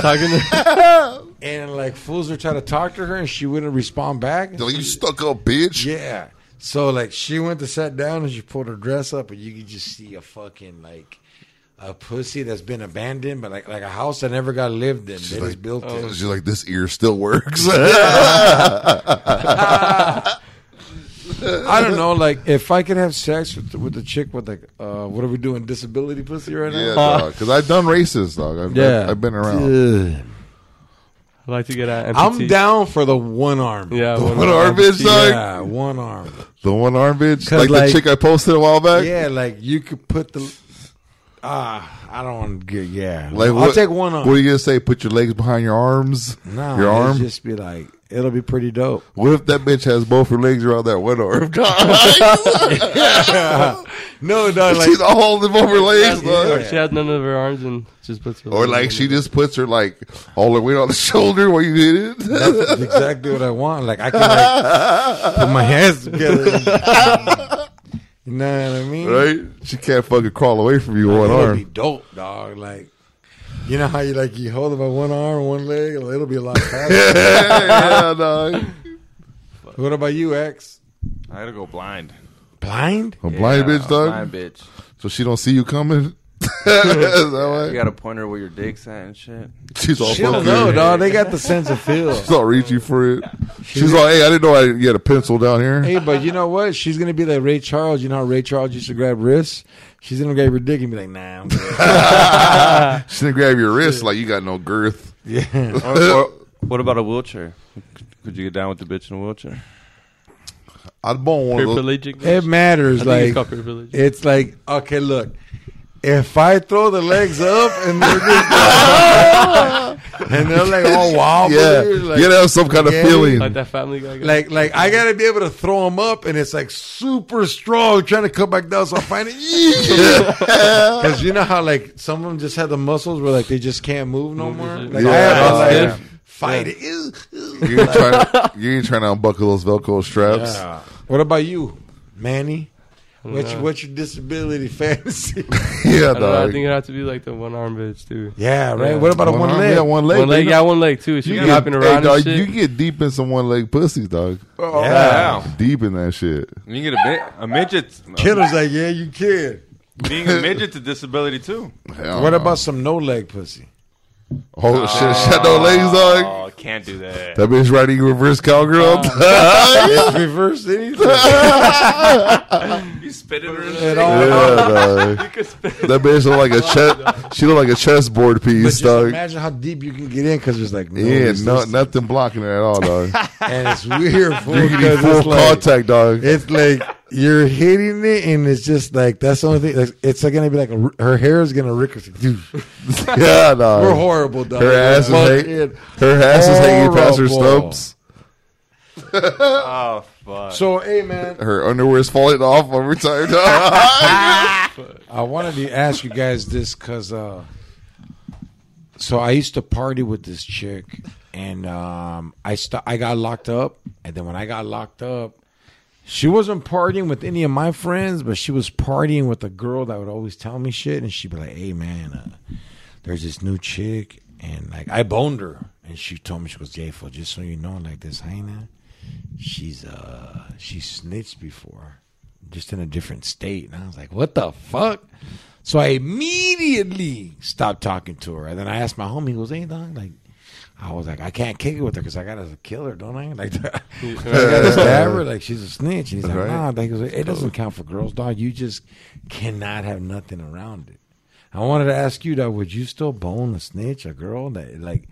Talking to- and like fools were trying to talk to her and she wouldn't respond back. They're like, you stuck up, bitch. Yeah. So like she went to sit down and she pulled her dress up and you could just see a fucking like a pussy that's been abandoned, but like like a house that never got lived in. They just built it. She's like, oh, this ear still works. I don't know. Like if I could have sex with the, with the chick with like uh, what are we doing? Disability pussy right Yeah, now? Uh, dog. Because I've done races, dog. I've, I've, I've been around. Ugh. I'd like to get an I'm amputee. down for the one arm. Yeah, The one arm bitch, dog? Yeah, one arm. The one arm bitch, 'Cause, like, like- the chick I posted a while back. Yeah, like you could put the. Ah, I don't want to get. Yeah, Like, I'll what- take one arm. What are you gonna say? Put your legs behind your arms. Nah, your it'd arm. just be like it'll be pretty dope. What if that bitch has both her legs around that one arm? No, no, like She's all the both her legs, Or dog. she has none of her arms and just puts her Or like she just puts her like all her weight on the shoulder while you hit it. that's exactly what I want. Like I can like put my hands together. and- you know what I mean? Right? She can't fucking crawl away from you with one it'll arm. be dope, dog. Like you know how you like you hold it by one arm, and one leg. It'll be a lot faster. yeah, dog. what about you, X? I gotta go blind. Blind? A blind Yeah, bitch, dog. Blind bitch. So she don't see you coming. Is that why? You gotta point her where your dick's at and shit. She's all She don't fucking. know, dog. They got the sense of feel. She's all reaching for it. She's all, hey, I didn't know I you had a pencil down here. Hey, but you know what? She's gonna be like Ray Charles. You know how Ray Charles used to grab wrists? She's gonna grab her dick and be like, "Nah, I'm good. She's gonna grab your wrist like you got no girth. yeah." Or, or what about a wheelchair? Could you get down with the bitch in a wheelchair? I'd bone one of those. Privilegic. It matters. I think it's like called privilege. it's like okay, look. If I throw the legs up and they're, and they're like all wobbly, Yeah, like, you gotta have some kind of Yeah. feeling. like that Family Guy. guy. like like I gotta be able to throw them up, and it's like super strong trying to come back down. So I find it because you know how like some of them just have the muscles where like they just can't move no more. Like, I Yeah. have to, like, Yeah. fight it. Ew, ew. You ain't, trying to, you ain't trying to unbuckle those Velcro straps. What about you, Manny? What's know. what's your disability fantasy? Yeah, I, don't know, I dog. think it has to be like the one arm bitch too. yeah, right. Yeah. What about a one arm, leg? Yeah, one leg. one leg, You yeah, one leg too. She You can get, hopping hey, around dog, and shit. you get deep in some one leg pussies, dog. Oh, Yeah. Wow. Deep in that shit. You can get a, mid- a midget. Killer's like, yeah, you can. Being a midget's a disability too. Hell What no. about some no leg pussy? Oh, shit, shut no legs, dog. Oh, can't do that. That bitch riding reverse cowgirl. It's Ah. reverse anything. You spit in her At and shit. Yeah, all. dog. That bitch look like a chess. She look like a chessboard But piece, just dog. imagine how deep you can get in because there's like no Yeah, no, resistance. nothing blocking her at all, dog. and it's weird fool, You can 'cause be full it's like, contact, dog. it's like you're hitting it and it's just like that's the only thing. Like, it's like gonna be like a, r- her hair is gonna ricochet. yeah, dog. We're horrible, dog. Her ass is Fuck hang- it. her ass is hanging past her Horrible. stumps. Oh fuck. So, hey, man, Her underwear is falling off over time. dog. I wanted to ask you guys this because uh, so I used to party with this chick, and um, I st- I got locked up, and then when I got locked up, she wasn't partying with any of my friends, but she was partying with a girl that would always tell me shit, and she'd be like, "Hey, man, uh, there's this new chick," and like I boned her, and she told me she goes, "Yeah, for just so you know, like this hyena, she's uh she snitched before." just in a different state. And I was like, what the fuck? So I immediately stopped talking to her. And then I asked my homie, he goes, hey, dog, like, I was like, I can't kick it with her because I got to kill her, don't I? Like, I got to stab her. Like, she's a snitch. And he's like, Right. nah, like, he goes, it doesn't count for girls, dog. You just cannot have nothing around it. I wanted to ask you, dog, would you still bone a snitch, a girl that, like,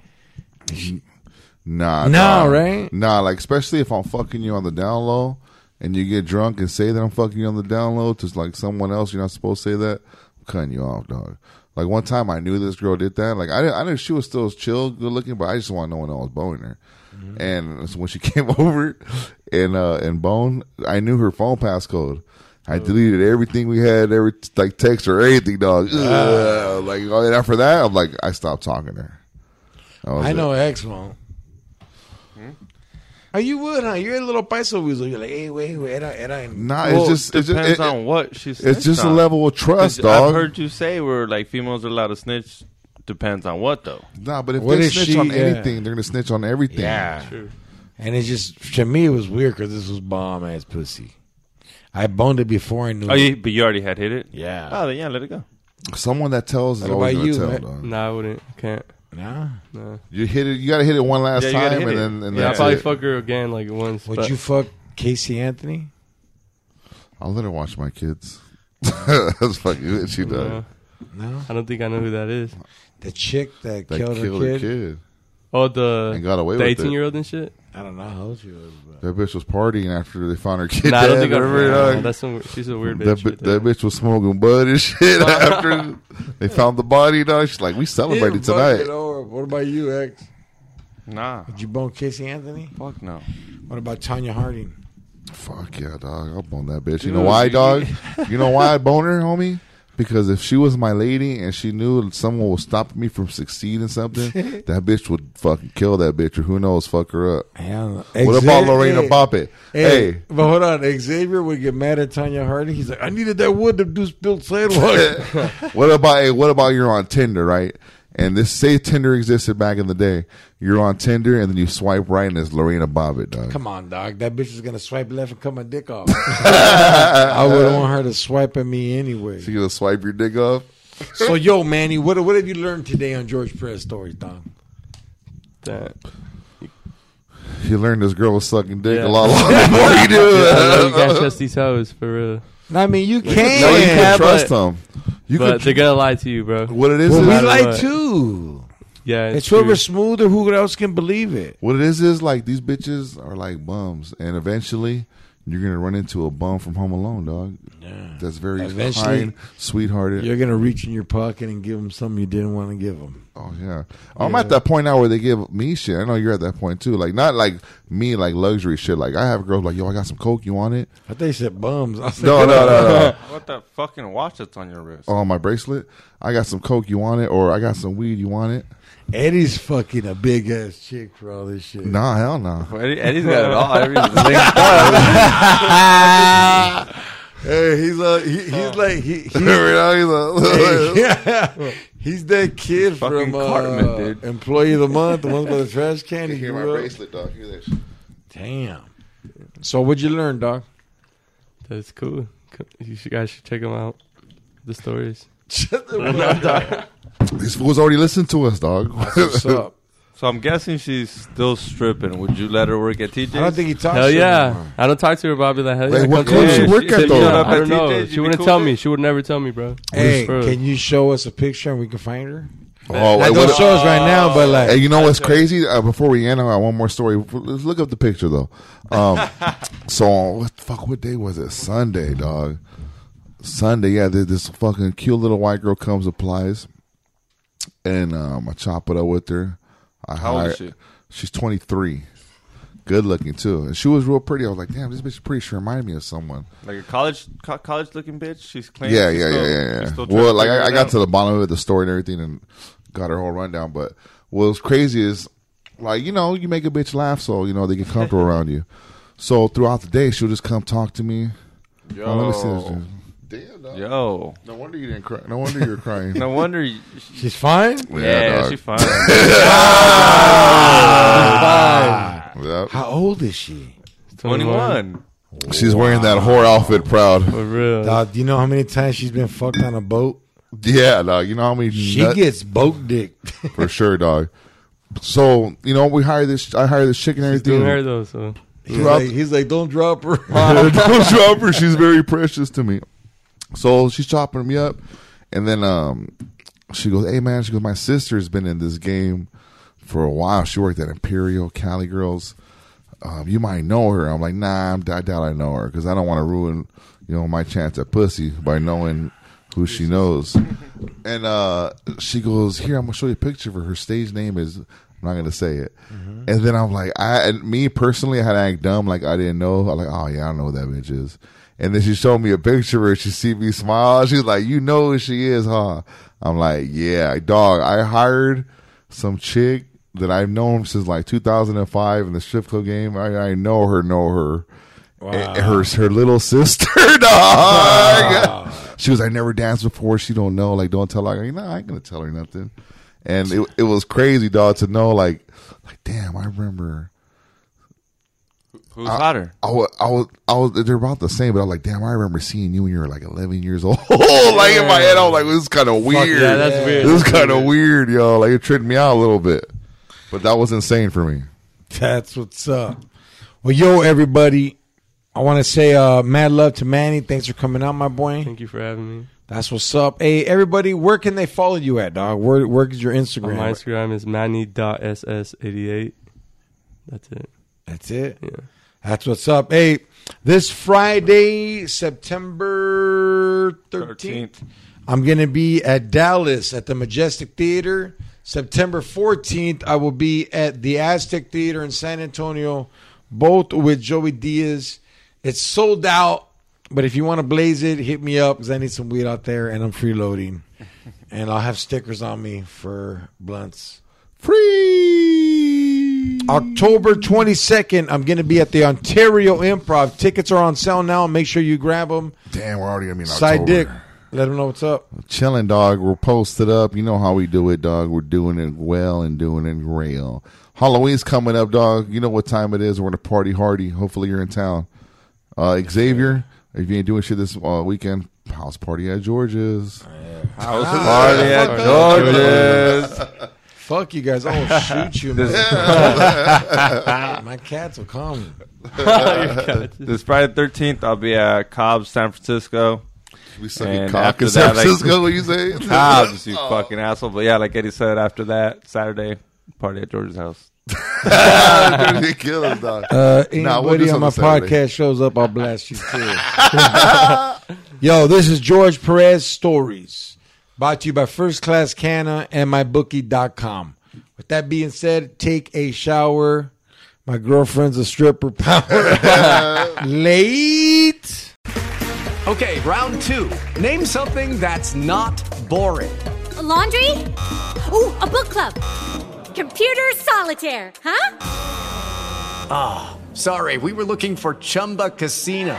Nah, Nah, dog. right? Nah, like especially if I'm fucking you on the down low, and you get drunk and say that I'm fucking you on the down low to like someone else. You're not supposed to say that. I'm cutting you off, dog. Like one time, I knew this girl did that. Like I, didn't, I knew she was still chill, good looking, but I just want to know when I was boning her. Mm-hmm. And so when she came over and uh and bone, I knew her phone passcode. Oh. I deleted everything we had, every like text or anything, dog. Ah. Ugh. Like and after that, I'm like, I stopped talking to her. That was I it. know X won't. Hmm? Oh, you would, huh? You're a little paiso weasel. You're like, hey, wait, wait, era, era. Nah, Well, it's just it's depends just, it- on what she's. it's just a level of trust, I've dog. heard you say where like females are allowed to snitch. Depends on what though. Nah, but if What they is snitch she- on yeah. anything, they're gonna snitch on everything. Yeah. And it just to me it was weird because this was bomb ass pussy. I boned it before I knew. Oh, you, but you already had hit it. Yeah. Oh, then yeah, let it go. Someone that tells is What always about gonna you, tell. man? Dog. Nah, I wouldn't. Can't. Nah. Nah. You hit it. You gotta hit it one last Yeah, you gotta time, hit and it. then and Yeah, I'd that's probably it. fuck her again like once. Would but you fuck Casey Anthony? I'll let her watch my kids. that's fucking what she does. No. No. I don't think I know who that is. The chick that, That killed, killer her kid. kid. Oh, the And got away the with it. eighteen year old and shit. I don't know how old you was. That bitch was partying after they found her kid. Nah, I don't think I dead. remember. Remember, No, dog? Oh, that's some, she's a weird That, bitch. bi- that bitch was smoking bud and shit after they found the body. Dog. She's like, we celebrated Yeah, tonight. fucking horrible. What about you, X? Nah. Did you bone Casey Anthony? Fuck no. What about Tanya Harding? Fuck yeah, dog. I'll bone that bitch. You Dude, know why, you- dog? you know why I bone her, homie? Because if she was my lady and she knew that someone was stopping me from succeeding something, that bitch would fucking kill that bitch or who knows, fuck her up. Hell, What about Xavier- Lorena Bobbitt? Hey. but hold on. Xavier would get mad at Tanya Harding. He's like, I needed that wood to do build sidewalk. what about hey, what about you're on Tinder, right? And this say Tinder existed back in the day. You're on Tinder and then you swipe right and it's Lorena Bobbitt, dog. Come on, dog. That bitch is gonna swipe left and cut my dick off. I wouldn't want her to swipe at me anyway. She gonna swipe your dick off. So, yo, Manny, what what have you learned today on George Perez stories, Don? That. You learned this girl was sucking dick Yeah. a lot longer before you do Yeah, I know you it. can't trust these hoes for real. I mean, you can. No, you Yeah, can trust but- them. You can. but they're gonna lie to you, bro. what it is Well, is we don't lie know. too. Yeah, It's, it's, whoever's true. smooth or who else can believe it. what it is is like these bitches are like bums, and eventually you're gonna run into a bum from Home Alone, dog. That's very Eventually, kind, sweethearted. You're gonna reach in your pocket and give them something you didn't want to give them. Oh yeah. I'm at that point now where they give me shit. I know you're at that point too. Like not like me like luxury shit. Like I have girls like, yo, I got some coke, you want it? I think said bums. I was No, no, no, no. What that fucking watch that's on your wrist? Oh my bracelet. I got some coke, you want it? Or I got some weed, you want like, it? Eddie's fucking a big ass chick for all this shit. Nah, hell no. Eddie, Eddie's got it all. Everything's linked up. Hey, he's a he, he's like he, You he know, he's Oh. Hey, like- yeah. He's that kid Fucking from uh, Cartman, dude. Employee of the Month, the one with the trash can. You he hear my grew up. bracelet, dog. Hear that shit. Damn. So what'd you learn, dog? That's cool. Co- You should, guys should check them out. The stories. These fools already listened to us, dog. What's up? So I'm guessing she's still stripping. Would you let her work at TJ's? I don't think he talks. Hell to yeah! anyone. I don't talk to her, Bobby. Like hell Like, yeah. what club come to me. she work at, said, though? "Yeah, Shut up I at don't know. TJ's, you She be wouldn't cool tell with me. it? She would never tell me, bro. Hey, For real. can you show us a picture and we can find her? Oh, Like, wait, don't what- show us right now, but like, Hey, you know what's crazy? Uh, before we end, I got one more story. Let's look up the picture though. Um, so what the fuck? What day was it? Sunday, dog. Sunday, yeah. This, this fucking cute little white girl comes applies, and um, I chop it up with her. I How old is hire- she? She's twenty three. Good looking too, and she was real pretty. I was like, damn, this bitch pretty sure reminded me of someone. like a college co- college looking bitch. She's claiming. Yeah, she's yeah, yeah, still- yeah, she's yeah. still trying Well, like figure I, I it got out. to the bottom of it, the story and everything, and got her whole rundown. But what was crazy is, like, you know, you make a bitch laugh, so you know they get comfortable around you. So throughout the day, she'll just come talk to me. Yo, Oh, let me see this. dude. Damn, dog. yo. No wonder you didn't cry. No wonder you're crying. No wonder. You, she's fine. yeah, dog. she fine. She's Yep. How old is she? Twenty one. She's wearing that whore outfit, proud. For real. Dog, Uh, do you know how many times she's been fucked on a boat? Yeah, dog. You know how many She nut- gets boat dick. for sure, dog. So you know we hire this. I hire this chick and everything. Doing her though, so He's like, he's like, don't drop her. Don't drop her. She's very precious to me. So she's chopping me up, and then um, she goes, "Hey man," she goes, "My sister's been in this game for a while. She worked at Imperial Cali Girls. Um, you might know her." I'm like, "Nah, I'm, I doubt I know her because I don't want to ruin, you know, my chance at pussy by knowing who she knows." And uh, she goes, "Here, I'm gonna show you a picture of her. Her stage name is." I'm not gonna say it, and then I'm like, I and me personally, I had to act dumb, like I didn't know. I'm like, oh yeah, I know who that bitch is. And then she showed me a picture of her. She see me smile. She's like, you know who she is, huh? I'm like, yeah, dog. I hired some chick that I've known since like 2005 in the strip club game. I, I know her, know her. And Her her little sister, dog. She was, I never danced before. She don't know. Like, don't tell her. I'm like, nah, I ain't gonna tell her nothing. And it it was crazy, dog, to know like, like, damn, I remember. Who's hotter? I was, I was, I was, they're about the same, but I was like, damn, I remember seeing you when you were like 11 years old. like in my head, I was like, this is kind of weird. Uh, yeah, that's Yeah. weird. This is kind of weird, y'all. Like it tripped me out a little bit, but that was insane for me. That's what's up. Well, yo, everybody, I want to say uh, mad love to Manny. Thanks for coming out, my boy. thank you for having me. That's what's up. Hey, everybody, where can they follow you at, dog? Where where is your Instagram? My Instagram is manny.ss88. That's it. That's it. Yeah. That's what's up. Hey, this Friday, September 13th, I'm going to be at Dallas at the Majestic Theater. September 14th, I will be at the Aztec Theater in San Antonio, both with Joey Diaz. It's sold out, but if you want to blaze it, hit me up because I need some weed out there and I'm freeloading. and I'll have stickers on me for blunts. Free! October 22nd, I'm going to be at the Ontario Improv. Tickets are on sale now. Make sure you grab them. Damn, we're already going to be in Side October. dick. Let them know what's up. Chilling, dog. We're posted up. You know how we do it, dog. We're doing it well and doing it real. Halloween's coming up, dog. You know what time it is. We're gonna party hardy. Hopefully, you're in town. Uh, Xavier, if you ain't doing shit this uh, weekend, house party at George's. House party at George's. Fuck you guys. I'll shoot you, man. My cats will come. this Friday thirteenth, I'll be at Cobb's, San Francisco. We sucking cock in San Francisco, what you say? Cobb's, you Oh. fucking asshole. But yeah, like Eddie said, after that Saturday, party at George's house. You're killing us, dog. Uh, anybody Nah, we'll do on my something Saturday. podcast shows up, I'll blast you too. Yo, this is George Perez Stories, brought to you by First Class Canna and MyBookie.com. With that being said, take a shower. My girlfriend's a stripper. Power late. Okay, round two. Name something that's not boring. A laundry? Ooh, a book club. Computer solitaire, huh? Ah, sorry, we were looking for Chumba Casino.